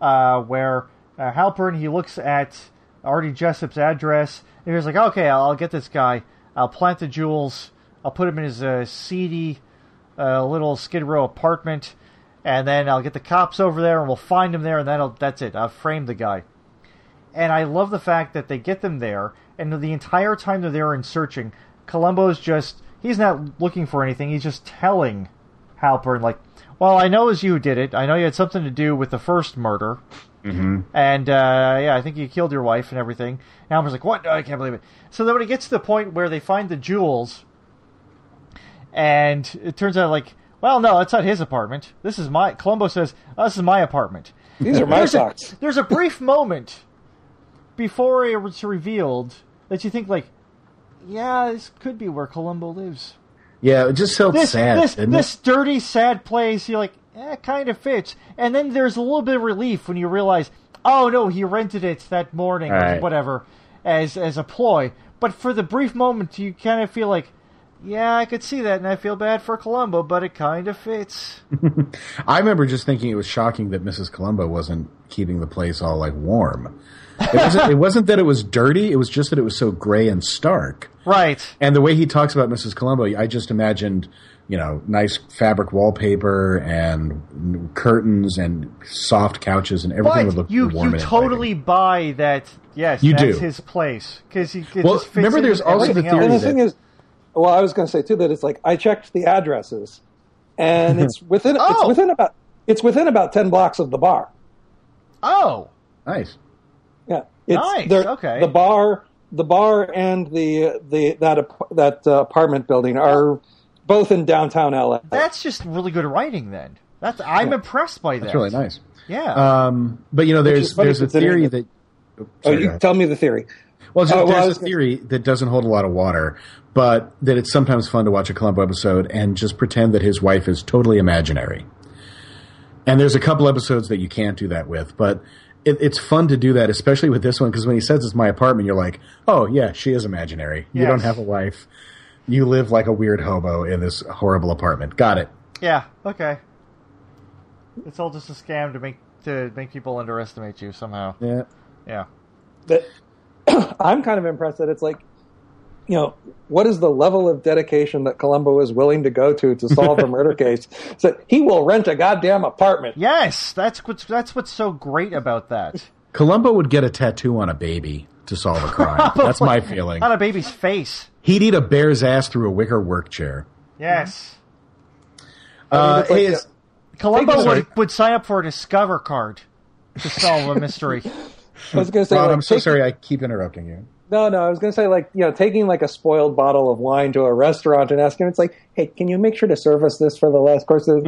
B: uh, where uh, Halpern he looks at Artie Jessup's address and he's like, okay, I'll, I'll get this guy. I'll plant the jewels. I'll put him in his uh, seedy uh, little Skid Row apartment, and then I'll get the cops over there and we'll find him there, and that'll that's it. I'll frame the guy. And I love the fact that they get them there, and the entire time they're there and searching, Columbo's just he's not looking for anything. He's just telling Halpern like, "Well, I know it was you who did it. I know you had something to do with the first murder." And uh, yeah, I think you killed your wife and everything. And Albert's like, "What? No, I can't believe it." So then, when it gets to the point where they find the jewels, and it turns out like, well, no, that's not his apartment. This is my. Columbo says, oh, "This is my apartment."
D: These are my
B: There's a,
D: socks.
B: there's a brief moment before it's revealed that you think like, yeah, this could be where Columbo lives.
C: yeah, it just felt
B: This
C: sad.
B: this
C: didn't it?
B: this dirty, sad place. You're like, eh, kind of fits. And then there's a little bit of relief when you realize, oh no, he rented it that morning or
C: Right.
B: whatever, as as a ploy. But for the brief moment, you kind of feel like, yeah, I could see that, and I feel bad for Columbo, but it kind of fits.
C: I remember just thinking it was shocking that Mrs. Columbo wasn't keeping the place all like warm. It wasn't, it wasn't that it was dirty; it was just that it was so gray and stark.
B: Right.
C: And the way he talks about Mrs. Columbo, I just imagined, you know, nice fabric wallpaper and curtains and soft couches and everything would look
B: But you
C: warm
B: you
C: and
B: totally buy that. Yes,
C: You
B: that's
C: do.
B: his place because he it
C: Well,
B: just fits
C: remember
B: in
C: there's
B: with
C: also
B: everything
C: the
B: else.
C: theory
D: And the
C: that-
D: thing is, well, I was going to say too that it's like I checked the addresses, and it's within it's
B: Oh.
D: within about it's within about ten blocks of the bar.
B: Oh,
C: nice.
D: Yeah, it's,
B: Nice,
D: they're-
B: okay.
D: The bar, the bar, and the the that ap- that uh, apartment building are both in downtown LA.
B: that's just really good writing. Then that's I'm impressed by that.
C: That's really nice.
B: Yeah.
C: Um, but you know,
D: is
C: there's
D: funny
C: there's a
D: considering
C: theory
D: that-
C: that. Oops,
D: oh,
C: sorry, go
D: you
C: ahead.
D: tell me the theory.
C: Well, it's just-
D: Oh, well, I
C: there's
D: was
C: a
D: gonna-
C: theory that doesn't hold a lot of water, but that it's sometimes fun to watch a Columbo episode and just pretend that his wife is totally imaginary. And there's a couple episodes that you can't do that with, but it, it's fun to do that, especially with this one, because when he says it's my apartment, you're like, oh, yeah, she is imaginary. You
B: Yes.
C: don't have a wife. You live like a weird hobo in this horrible apartment. Got it.
B: yeah. Okay. It's all just a scam to make to make people underestimate you somehow.
C: Yeah.
B: Yeah.
D: That I'm kind of impressed that it's like, you know, what is the level of dedication that Columbo is willing to go to to solve a murder case? So he will rent a goddamn apartment.
B: Yes, that's what's that's what's so great about that.
C: Columbo would get a tattoo on a baby to solve a crime.
D: Oh
C: That's my feeling.
B: On a baby's face.
C: He'd eat a bear's ass through a wicker work chair.
B: Yes.
C: Uh,
D: that's like
C: is-
B: Columbo
C: Sorry.
B: would, would sign up for a Discover card to solve a mystery.
D: I was going to say,
C: Rod,
D: like,
C: I'm so
D: take-
C: sorry I keep interrupting you.
D: No, no, I was going to say like you know taking like a spoiled bottle of wine to a restaurant and asking it's like, hey, can you make sure to service this for the last course? of-"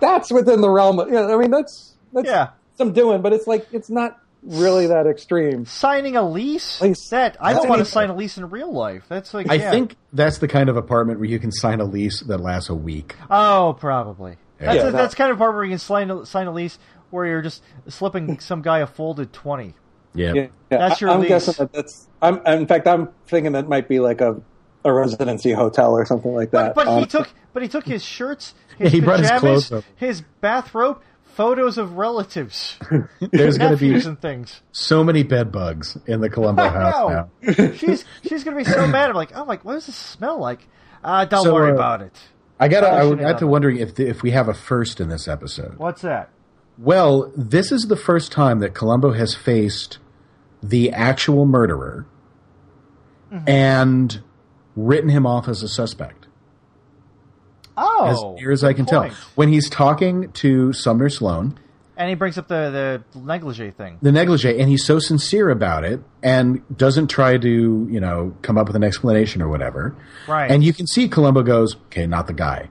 D: that's within the realm. Of, you know, I mean, that's that's
B: Yeah.
D: some doing, but it's like it's not really that extreme.
B: Signing a lease?
D: Lease.
B: That I don't
D: That's
B: want to
D: amazing.
B: sign a lease in real life. That's like
C: I
B: yeah.
C: think that's the kind of apartment where you can sign a lease that lasts a week.
B: Oh, probably. That's,
D: Yeah, that-
B: that's kind of part where you can sign a, sign a lease where you're just slipping some guy a folded twenty.
C: Yeah.
D: Yeah,
B: That's your
D: I, am
B: lease.
D: guessing that that's. I'm in fact, I'm thinking that might be like a a residency hotel or something like that. Um,
B: But, but he
D: honestly.
B: took but he took his shirts, his
C: Oh. he brought his
B: pajamas,
C: clothes over.
B: his bathrobe, photos of relatives,
C: There's going to be
B: nephews, and things.
C: so many bed bugs in the Columbo
B: I
C: house now.
B: know. she's she's gonna be so mad. I'm like, oh, like what does this smell like? Uh, don't
C: So,
B: worry
C: uh,
B: about it.
C: I got
B: I
C: I
B: should have
C: got to
B: done
C: wondering if the, if we have a first in this episode.
B: What's that?
C: Well, this is the first time that Columbo has faced the actual murderer
B: Mm-hmm.
C: and written him off as a suspect. as
B: Oh,
C: near as I
B: good
C: can
B: point.
C: tell. When he's talking to Sumner Sloan,
B: And he brings up the the negligee thing.
C: the negligee, and he's so sincere about it and doesn't try to, you know, come up with an explanation or whatever.
B: Right.
C: And you can see Columbo goes, okay, not the guy.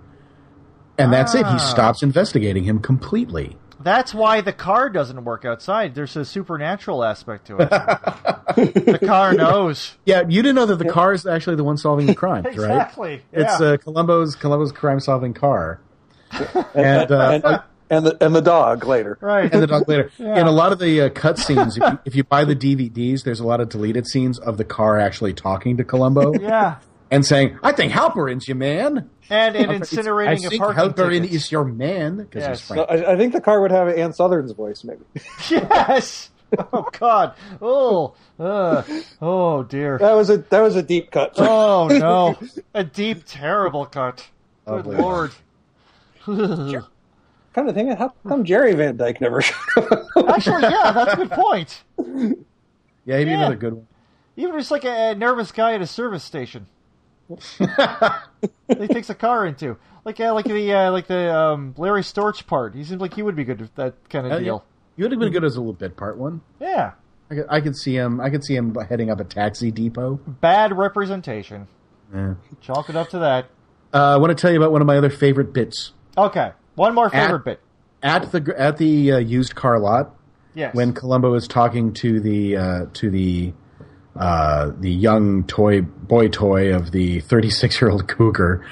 C: And that's it.
B: Ah.
C: He stops investigating him completely.
B: That's why the car doesn't work outside. There's a supernatural aspect to it. the car knows
C: Yeah, you didn't know that the car is actually the one solving the crime, right?
B: exactly.
C: It's
B: yeah.
C: uh, Columbo's Columbo's crime solving car. And uh,
D: and, and the and the dog later.
B: right.
C: and the dog later.
B: Yeah.
C: In a lot of the uh, cut scenes, if you, if you buy the DVDs, there's a lot of deleted scenes of the car actually talking to Columbo
B: yeah,
C: and saying, "I think Halperin's your man."
B: and, and
C: I
B: incinerating a
C: think
B: parking
C: Halperin
B: ticket.
C: is your man because
B: Yes.
C: he's
D: So
C: Frank.
D: I, I think the car would have Ann Southern's voice, maybe.
B: yes. Oh God. Oh. Uh, oh dear.
D: That was a that was a deep cut.
B: Oh no! A deep, terrible cut.
C: Oh,
B: Good
C: boy.
B: lord. Actually,
D: Come to think of it, how come Jerry Van Dyke never showed up?
B: yeah, that's a good point.
C: Yeah, he'd be
B: Yeah.
C: another good one.
B: Even just like a, a nervous guy at a service station. that he takes a car into, like uh, like the uh, like the um, Larry Storch part. He seems like he would be good at that kind of
C: Uh,
B: deal.
C: You would have
B: Hmm.
C: been good as a little bit part one.
B: Yeah,
C: I could, I could see him. I could see him heading up a taxi depot.
B: bad representation. Chalk it up to that.
C: Uh, I want to tell you about one of my other favorite bits
B: Okay, one more favorite bit.
C: at the gr- at the uh, used car lot.
B: Yes.
C: when Columbo is talking to the uh, to the uh, the young toy boy toy of the 36 year old cougar,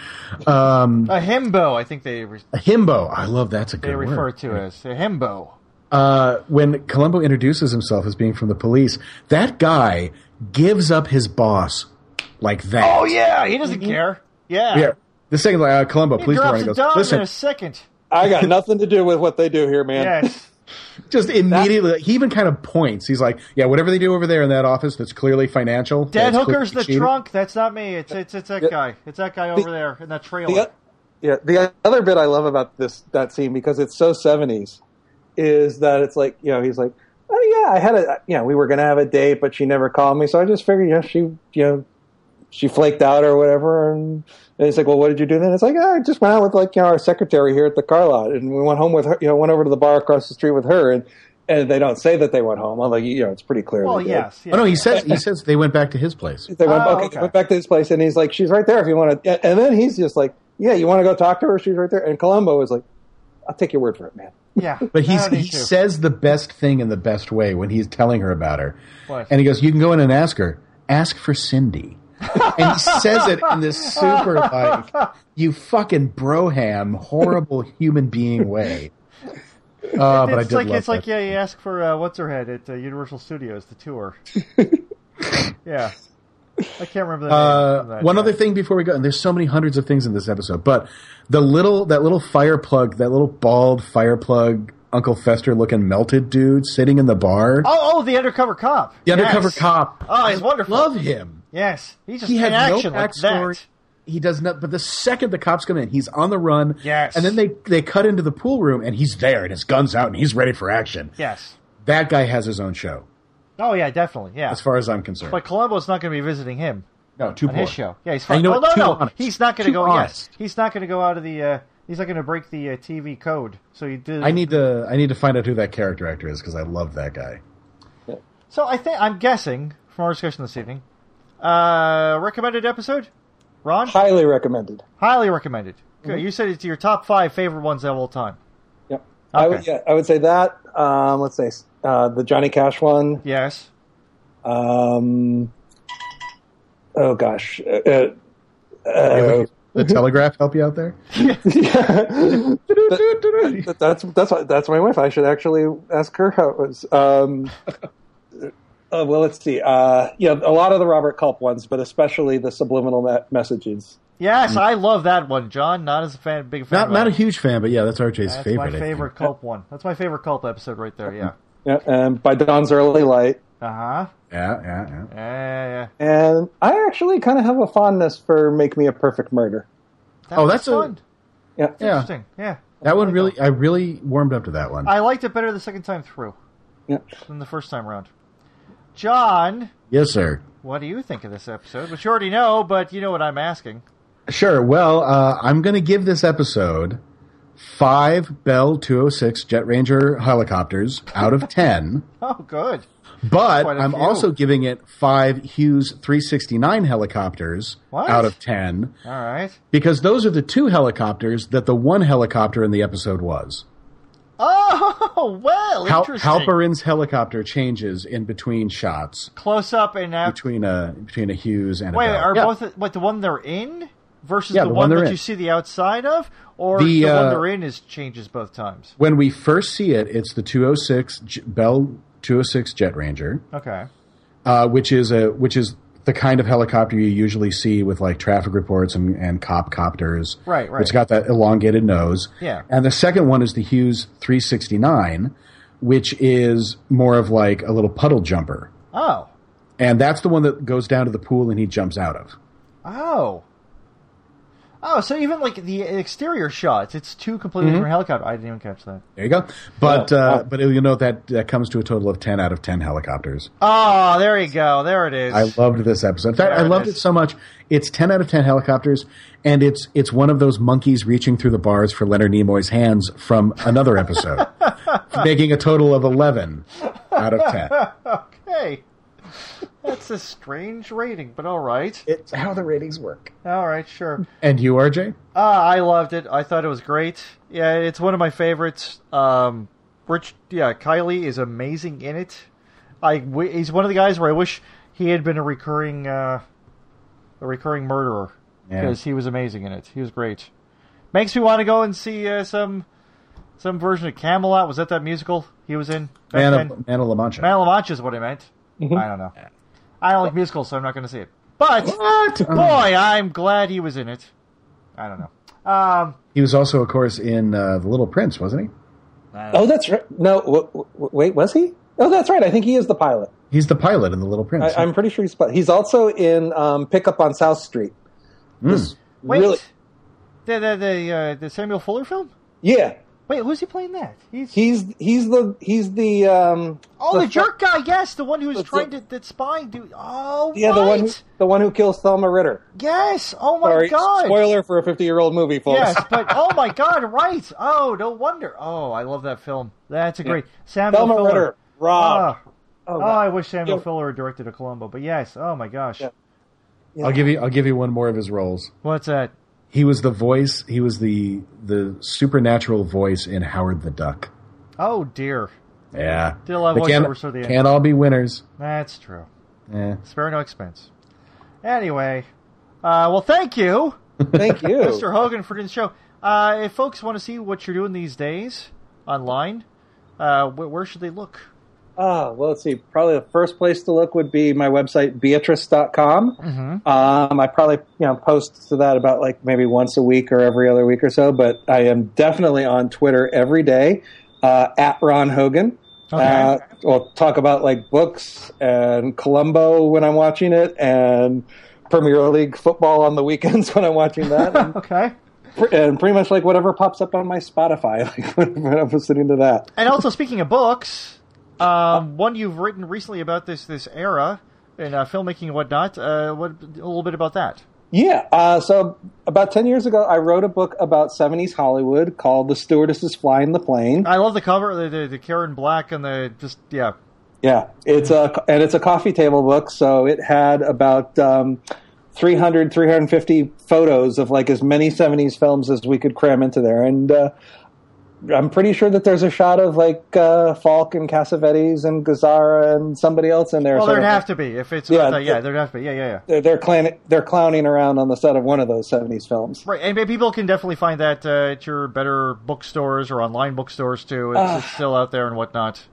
C: um,
B: a himbo, I think they re-
C: a himbo. I love that's a good
B: they refer
C: word.
B: to as a himbo.
C: Uh, when Columbo introduces himself as being from the police, that guy gives up his boss like that.
B: Oh yeah, he doesn't care. Yeah.
C: Mm-hmm. yeah. This thing like uh, Columbo,
B: He
C: please
B: drops
C: warning
B: a
C: goes.
B: dime
C: Listen,
B: in a second.
D: I got nothing to do with what they do here, man.
B: Yes.
C: just immediately, he even kind of points. He's like, "Yeah, whatever they do over there in that office, that's clearly financial.
B: Dead
C: that's
B: hooker's the
C: clearly cheating."
B: trunk. That's not me. It's it's it's that guy. It's that guy over there in that trailer.
D: The, yeah, the other bit I love about this that scene because it's so seventies is that it's like you know he's like, oh yeah, I had a you know we were gonna have a date, but she never called me, so I just figured you know she you know she flaked out or whatever, and, and he's like, well, what did you do then? It's like "Oh, I just went out with like you know our secretary here at the car lot, and we went home with her, you know went over to the bar across the street with her, and and they don't say that they went home, although you know it's pretty clear.
B: Well,
D: they did.
B: yes.
C: Oh no,
B: yeah.
C: he says he says they went back to his place.
D: They went,
B: Oh,
D: okay,
B: okay.
D: They went back to his place, and he's like, "She's right there if you want to." And then he's just like, "Yeah, you want to go talk to her? She's right there." And Columbo is like, "I'll take your word for it, man."
B: yeah.
C: But he's,
B: I don't
C: he
B: need to.
C: says the best thing in the best way when he's telling her about her.
B: What?
C: And he goes, You can go in and ask her, ask for Cindy. and he says it in this super, like, you fucking broham, horrible human being way. Uh, but I
B: It's
C: did
B: like
C: love
B: it's like
C: that.
B: yeah, you ask for uh, what's her head at uh, Universal Studios the tour. yeah, I can't remember. The name
C: Uh,
B: of that
C: one
B: guy.
C: other thing before we go, and there's so many hundreds of things in this episode, but the little that little fire plug, that little bald fire plug, Uncle Fester looking melted dude sitting in the bar,
B: Oh, oh, the undercover cop.
C: the undercover
B: Yes.
C: cop.
B: Oh, he's wonderful.
C: Love him.
B: Yes, he's just
C: he had
B: in action
C: no
B: like
C: backstory.
B: that.
C: He does not. But the second the cops come in, he's on the run.
B: Yes.
C: And then they they cut into the pool room, and he's there, and his guns out, and he's ready for action.
B: Yes.
C: That guy has his own show,
B: Oh yeah, definitely. Yeah.
C: as far as I'm concerned.
B: But Columbo's not going to be visiting him
C: no, too
B: on
C: poor.
B: his show. Yeah, he's
C: And
B: fine.
C: you know
B: oh,
C: what? Too
B: no, no,
C: honest.
B: he's not going to
C: Too
B: go.
C: honest.
B: Yes, he's not going to go out of the. Uh, he's not going to break the uh, TV code. So he did.
C: I need to I need to find out who that character actor is because I love that guy.
B: So I think I'm guessing from our discussion this evening, uh, recommended episode. Ron,
D: Highly recommended.
B: highly recommended.
C: Mm-hmm.
B: Good. You said it's your top five favorite ones of all time.
D: Yep. I would,
B: Okay.
D: yeah, I would say that. Um, let's say uh, the Johnny Cash one.
B: Yes.
D: Um, oh gosh. Uh, uh, uh,
C: The Telegraph help you out there?
D: That- that's that's why- that's my wife. I should actually ask her how it was. Um, uh, well, let's see. Uh, yeah, a lot of the Robert Culp ones, but especially the subliminal me- messages.
B: Yes, I love that one, John. Not as a fan, big fan.
C: Mm-hmm. Not
B: of
C: not a
B: that.
C: huge fan, but yeah, that's RJ's
B: That's
C: favorite. I
B: my
C: think.
B: favorite Culp one. That's my favorite Culp episode right there. Yeah.
D: Yeah, and by Dawn's Early Light.
B: Uh huh.
C: Yeah, yeah, yeah.
B: Yeah, yeah, yeah.
D: And I actually kind of have a fondness for Make Me a Perfect Murder.
B: That
C: Oh,
B: was
C: that's a-
B: fun.
D: Yeah,
C: Yeah.
B: Interesting. Yeah.
C: That one really, I really warmed up to that one.
B: I liked it better the second time through
D: yeah.
B: than the first time round. John,
C: yes, sir.
B: what do you think of this episode? Which you already know, but you know what I'm asking.
C: Sure. Well, uh, I'm going to give this episode five Bell 206 Jet Ranger helicopters out of 10,
B: Oh, good.
C: but
B: Quite a
C: I'm
B: few.
C: also giving it five Hughes 369 helicopters
B: What?
C: out of 10
B: All right.
C: because those are the two helicopters that the one helicopter in the episode was.
B: Oh, well,
C: Hal-
B: interesting.
C: Halperin's helicopter changes in between shots
B: Close up and out.
C: between a between a Hughes and
B: Wait,
C: a Bell.
B: are
C: Yeah.
B: both what the one they're in versus
C: Yeah,
B: the,
C: the
B: one,
C: one they're
B: that
C: in.
B: you see the outside of, or the,
C: The,
B: one
C: uh,
B: they're in is changes both times?
C: when we first see it, it's the 206 J- Bell 206 Jet Ranger.
B: Okay.
C: uh, which is a which is the kind of helicopter you usually see with like traffic reports and, and cop copters.
B: Right, right.
C: It's got that elongated nose.
B: Yeah.
C: And the second one is the Hughes 369, which is more of like a little puddle jumper,
B: Oh.
C: and that's the one that goes down to the pool and he jumps out of.
B: Oh. Oh, so even like the exterior shots, it's two completely
C: Mm-hmm.
B: different helicopters. I didn't even catch that.
C: There you go. But
D: Yeah.
C: uh, but you know that that comes to a total of ten out of ten helicopters.
B: Oh, there you go. There it is.
C: I loved this episode. In fact, I
B: There it
C: loved
B: is.
C: it so much. It's ten out of ten helicopters, and it's it's one of those monkeys reaching through the bars for Leonard Nimoy's hands from another episode, making a total of eleven out of ten.
B: okay. That's a strange rating, but all right.
C: It's how the ratings work.
B: All right, sure.
C: And you, RJ?
B: Uh, I loved it. I thought it was great. Yeah, it's one of my favorites. Um, Rich, yeah, Kylie is amazing in it. I w- he's one of the guys where I wish he had been a recurring, uh, a recurring murderer
C: Yeah.
B: because he was amazing in it. He was great. Makes me want to go and see uh, some some version of Camelot. Was that that musical he was in? back
C: Man
B: then?
C: of Man of La Mancha.
B: Man of La Mancha is what I meant. I don't know. I don't like musicals, so I'm not going to see it. But
C: What?
D: Um,
B: boy,
D: Uh,
B: I'm glad he was in it. I don't know. Um,
C: He was also, of course, in uh, The Little Prince, wasn't he?
B: I don't know.
D: Oh, that's right. No, w- w- wait, was he? Oh, that's right. I think he is the pilot.
C: He's the pilot in The Little Prince.
D: I, I'm pretty sure he's. He's also in um, Pickup on South Street. This
B: wait,
D: really?
B: the the the, uh, the Samuel Fuller film.
D: Yeah,
B: Wait, who's he playing that? He's
D: he's he's the he's the um,
B: oh, the,
D: fu-
B: jerk guy. Yes, the one who's
D: the-
B: trying to that spying dude. Oh,
D: Yeah,
B: right.
D: the one who, the one who kills Thelma Ritter.
B: Yes. Oh my
D: Sorry,
B: god.
D: spoiler for a fifty year old movie, folks.
B: Yes, but oh my god, right? Oh, no wonder. Oh, I love that film. That's a great Samuel
D: Thelma
B: Fuller.
D: Ritter, Rob.
B: Ah.
D: Oh,
B: oh,
D: God.
B: I wish Samuel
D: Yeah.
B: Fuller had directed a Columbo. But yes, oh my gosh,
D: Yeah.
C: I'll give you. I'll give you one more of his roles.
B: what's that?
C: He was the voice. He was the the supernatural voice in Howard the Duck.
B: Oh dear,
C: Yeah,
B: Did a lot of
C: They can't,
B: voiceovers for the end.
C: can't all be winners.
B: that's true.
C: Yeah.
B: Spare no expense. Anyway, uh, well, thank you,
D: Thank you,
B: Mr. Hogan, for doing the show. Uh, if folks want to see what you're doing these days online, uh, wh- where should they look?
D: Ah, well, let's see. Probably the first place to look would be my website, beatrice.com. Mm-hmm. Um, I probably, you know, post to that about like maybe once a week or every other week or so, but I am definitely on Twitter every day, uh, at Ron Hogan. Uh, we'll talk about like books and Columbo when I'm watching it and Premier League football on the weekends when I'm watching that. and,
B: Okay.
D: pr- and pretty much like whatever pops up on my Spotify, like when I'm listening to that.
B: And also, speaking of books, um, one you've written recently about this this era in uh, filmmaking and whatnot. Uh, what a little bit about that?
D: Yeah. Uh, so about 10 years ago, I wrote a book about 70s Hollywood called The Stewardesses Flying the Plane.
B: I love the cover, the, the, the Karen Black and the just yeah.
D: Yeah. It's a, and it's a coffee table book. So it had about, um, 300, 350 photos of like as many 70s films as we could cram into there. And, uh, I'm pretty sure that there's a shot of like uh, Falk and Cassavetes and Gazzara and somebody else in there.
B: Well,
D: sort
B: there'd
D: of-
B: have to be if it's
D: Yeah,
B: yeah, yeah,
D: the-
B: there'd have to be yeah, yeah, yeah.
D: they're they're, clan- they're clowning around on the set of one of those 70s films.
B: Right, and people can definitely find that uh, at your better bookstores or online bookstores too. It's, it's still out there and whatnot.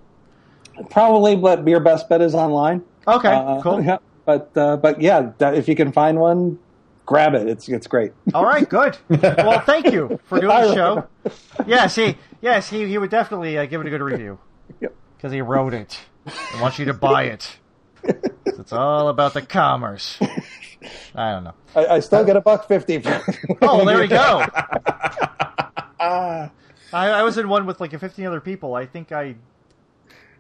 D: Probably, but your best bet is online.
B: Okay,
D: Uh,
B: cool.
D: yeah, but uh, but yeah, that, if you can find one, grab it. It's it's great.
B: All right, good. Well, thank you for doing
D: I
B: the show. Yes, he, yes, he, he would definitely uh, give it a good review
D: Yep.
B: because he wrote it and wants you to buy it. It's all about the commerce. I don't know.
D: I, I still get a buck fifty. For
B: Oh, there we go. I, I was in one with like 15 other people. I think I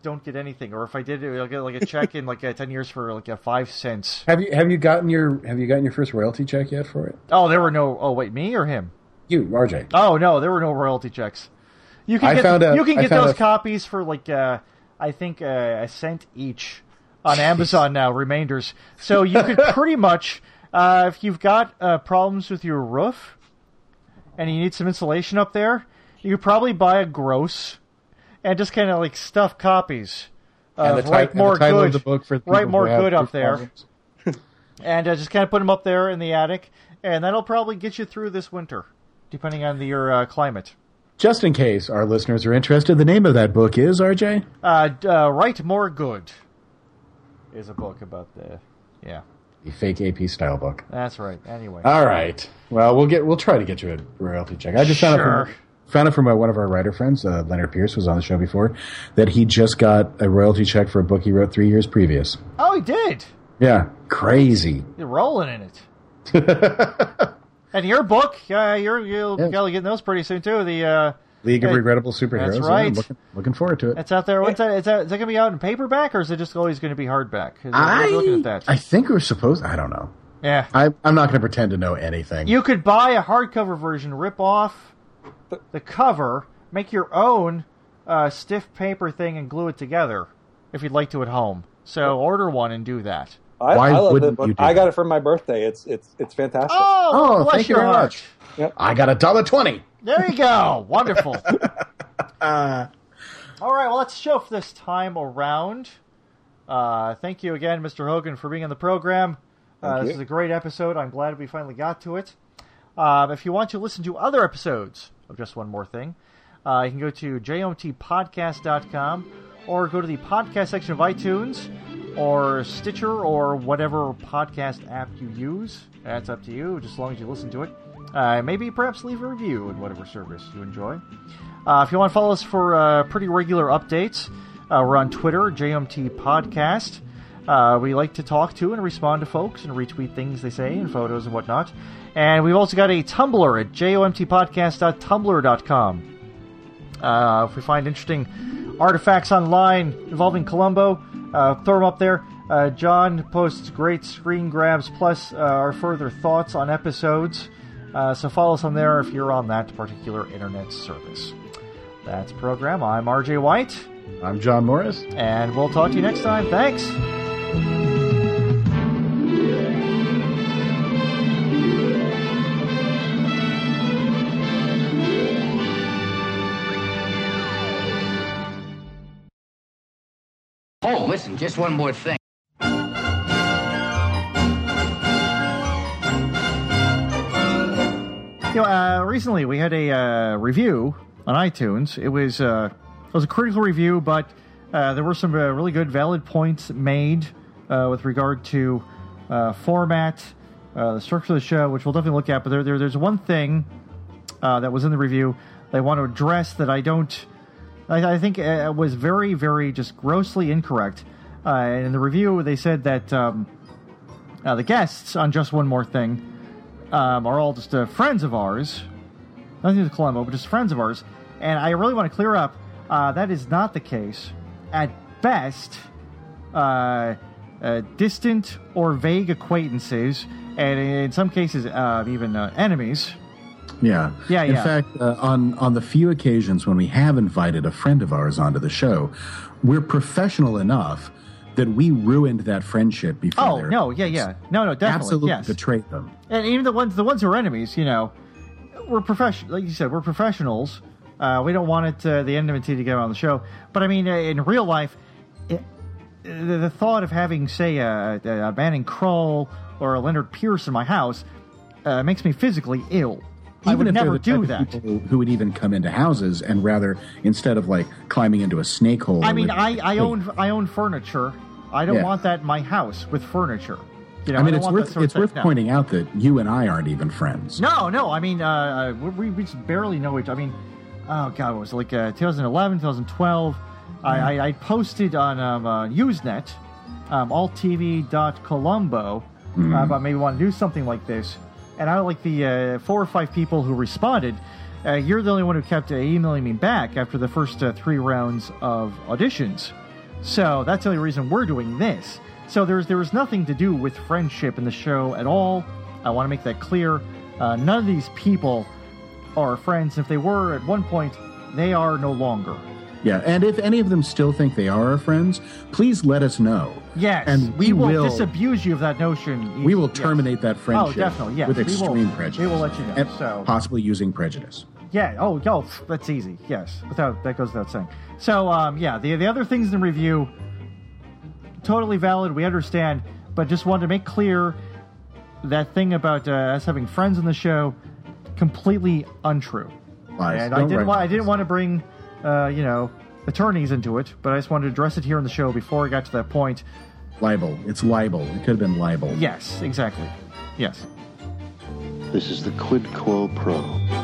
B: don't get anything, or if I did, I'll get like a check in like uh, 10 years for like a five cents.
C: Have you Have you gotten your Have you gotten your first royalty check yet for it?
B: Oh, there were no. Oh, wait, me or him?
C: You, RJ.
B: Oh no, there were no royalty checks. You can
C: I
B: get
C: found a-
B: you can
C: I
B: get
C: found
B: those
C: a-
B: copies for like uh, I think uh, a cent each on Amazon now. Remainders, so you could pretty much uh, if you've got uh, problems with your roof and you need some insulation up there, you could probably buy a gross and just kind of like stuff copies
C: and
B: of
C: the, ti-
B: Uh, write
C: and
B: more
C: the title
B: good,
C: of the book for people
B: write more
C: who have
B: good up
C: big
B: there
C: problems.
B: and uh, just kind of put them up there in the attic, and that'll probably get you through this winter, depending on the, your uh, climate.
C: Just in case our listeners are interested, the name of that book is RJ.
B: Uh, d- uh, Write More Good is a book about the. Yeah,
C: The fake AP style book.
B: that's right. Anyway.
C: All right. Well, we'll get we'll try to get you a royalty check. I just found out
B: Sure.
C: from, found out from uh, one of our writer friends, uh, Leonard Pierce, was on the show before, that he just got a royalty check for a book he wrote three years previous.
B: oh, he did!
C: Yeah, crazy.
B: You're rolling in it. and your book, uh, you're, you'll
C: Yes.
B: probably get those pretty soon, too. The uh,
C: League of
B: Hey,
C: Regrettable Superheroes.
B: that's
C: Yeah,
B: right.
C: looking, looking forward to it.
B: It's out there. What's that? Is that, is that going to be out in paperback, or is it just always going to be hardback? Is it-
C: I,
B: we're looking at that.
C: I think we're supposed. I don't know.
B: yeah.
C: I, I'm not going to pretend to know anything.
B: You could buy a hardcover version, rip off the cover, make your own uh, stiff paper thing, and glue it together if you'd like to at home. So order one and do that.
D: I,
C: Why
D: I love
C: wouldn't
D: that book.
C: you do
D: I got
C: that?
D: it for my birthday. It's it's it's fantastic.
B: Oh,
C: Oh,
B: bless
C: thank you
B: your
C: very
B: heart.
C: much. I got a dollar twenty.
B: There you go. Wonderful.
C: Uh,
B: All right, well, that's the show for this time around. Uh, thank you again, Mr. Hogan, for being on the program. Uh, this
D: you.
B: is a great episode. I'm glad we finally got to it. Um, if you want to listen to other episodes of Just One More Thing, uh, you can go to jmtpodcast.com or go to the podcast section of iTunes or Stitcher or whatever podcast app you use. That's up to you, just as long as you listen to it. Uh, maybe perhaps leave a review in whatever service you enjoy. Uh, if you want to follow us for uh, pretty regular updates, uh, we're on Twitter, JMT Podcast. Uh, we like to talk to and respond to folks and retweet things they say and photos and whatnot. And we've also got a Tumblr at jomtpodcast.tumblr.com. Uh, if we find interesting artifacts online involving Colombo, uh, throw them up there. Uh, John posts great screen grabs plus uh, our further thoughts on episodes. Uh, so follow us on there if you're on that particular internet service. That's the program. I'm RJ White,
C: I'm John Morris.
B: and we'll talk to you next time. Thanks.
A: Oh, listen, just one more thing.
B: You know, uh, recently we had a uh, review on iTunes. It was uh, it was a critical review, but uh, there were some uh, really good, valid points made uh, with regard to uh, format, uh, the structure of the show, which we'll definitely look at. But there, there there's one thing uh, that was in the review that I want to address that I don't. I, I think uh, was very, very just grossly incorrect. Uh, and in the review, they said that um, uh, the guests on Just One More Thing um, are all just uh, friends of ours. Nothing to do with Colombo, but just friends of ours. And I really want to clear up uh, that is not the case. At best, uh, uh, distant or vague acquaintances, and in some cases, uh, even uh, enemies.
C: Yeah.
B: Yeah,
C: In
B: yeah.
C: fact, uh, on on the few occasions when we have invited a friend of ours onto the show, we're professional enough that we ruined that friendship before.
B: Oh
C: they're-
B: no, yeah, yeah, no, no, definitely,
C: Absolutely
B: yes.
C: betrayed them.
B: and even the ones the ones who are enemies, you know, we're professional. Like you said, we're professionals. Uh, we don't want it uh, the enmity to get on the show. But I mean, uh, in real life, it, the, the thought of having, say, a, a Bannon Kroll or a Leonard Pierce in my house uh, makes me physically ill. I
C: Even
B: would
C: if they're
B: never
C: the type
B: do
C: of
B: that.
C: people Who would even come into houses and rather instead of like climbing into a snake hole?
B: I mean,
C: would-
B: I, I own I own furniture. I don't
C: Yeah.
B: want that in my house with furniture. You know,
C: I mean,
B: don't
C: it's
B: want that
C: worth
B: sort of
C: it's
B: thing.
C: worth
B: No.
C: pointing out that you and I aren't even friends.
B: No, no. I mean, uh, uh, we, we just barely know each. I mean, oh god, what was it, like uh, 2011, 2012? I, I, I posted on um, uh, Usenet, um, alltv.colombo, uh, about maybe want to do something like this, and I don't like the uh, four or five people who responded. Uh, you're the only one who kept uh, emailing me back after the first uh, three rounds of auditions. So that's the only reason we're doing this. So there's there is nothing to do with friendship in the show at all. I want to make that clear. Uh, none of these people are friends. If they were at one point, they are no longer.
C: Yeah, and if any of them still think they are our friends, please let us know.
B: Yes,
C: and we,
B: will,
C: will
B: disabuse you of that notion.
C: we will
B: Yes.
C: terminate that friendship.
B: Oh, definitely, yes.
C: with
B: We will-
C: extreme prejudice.
B: we will let you know,
C: and
B: so-
C: possibly using prejudice.
B: Yeah. Oh, yo, pff, that's easy. Yes, without that goes without saying. So, um, yeah, the the other things in the review, totally valid. We understand, but just wanted to make clear that thing about uh, us having friends in the show, completely untrue.
C: Lies.
B: And I
C: Don't
B: didn't
C: write
B: want I didn't
C: lies.
B: want to bring, uh, you know, attorneys into it, but I just wanted to address it here in the show before I got to that point.
C: libel. It's libel. It could have been libel.
B: Yes, exactly. Yes.
E: This is the quid quo pro.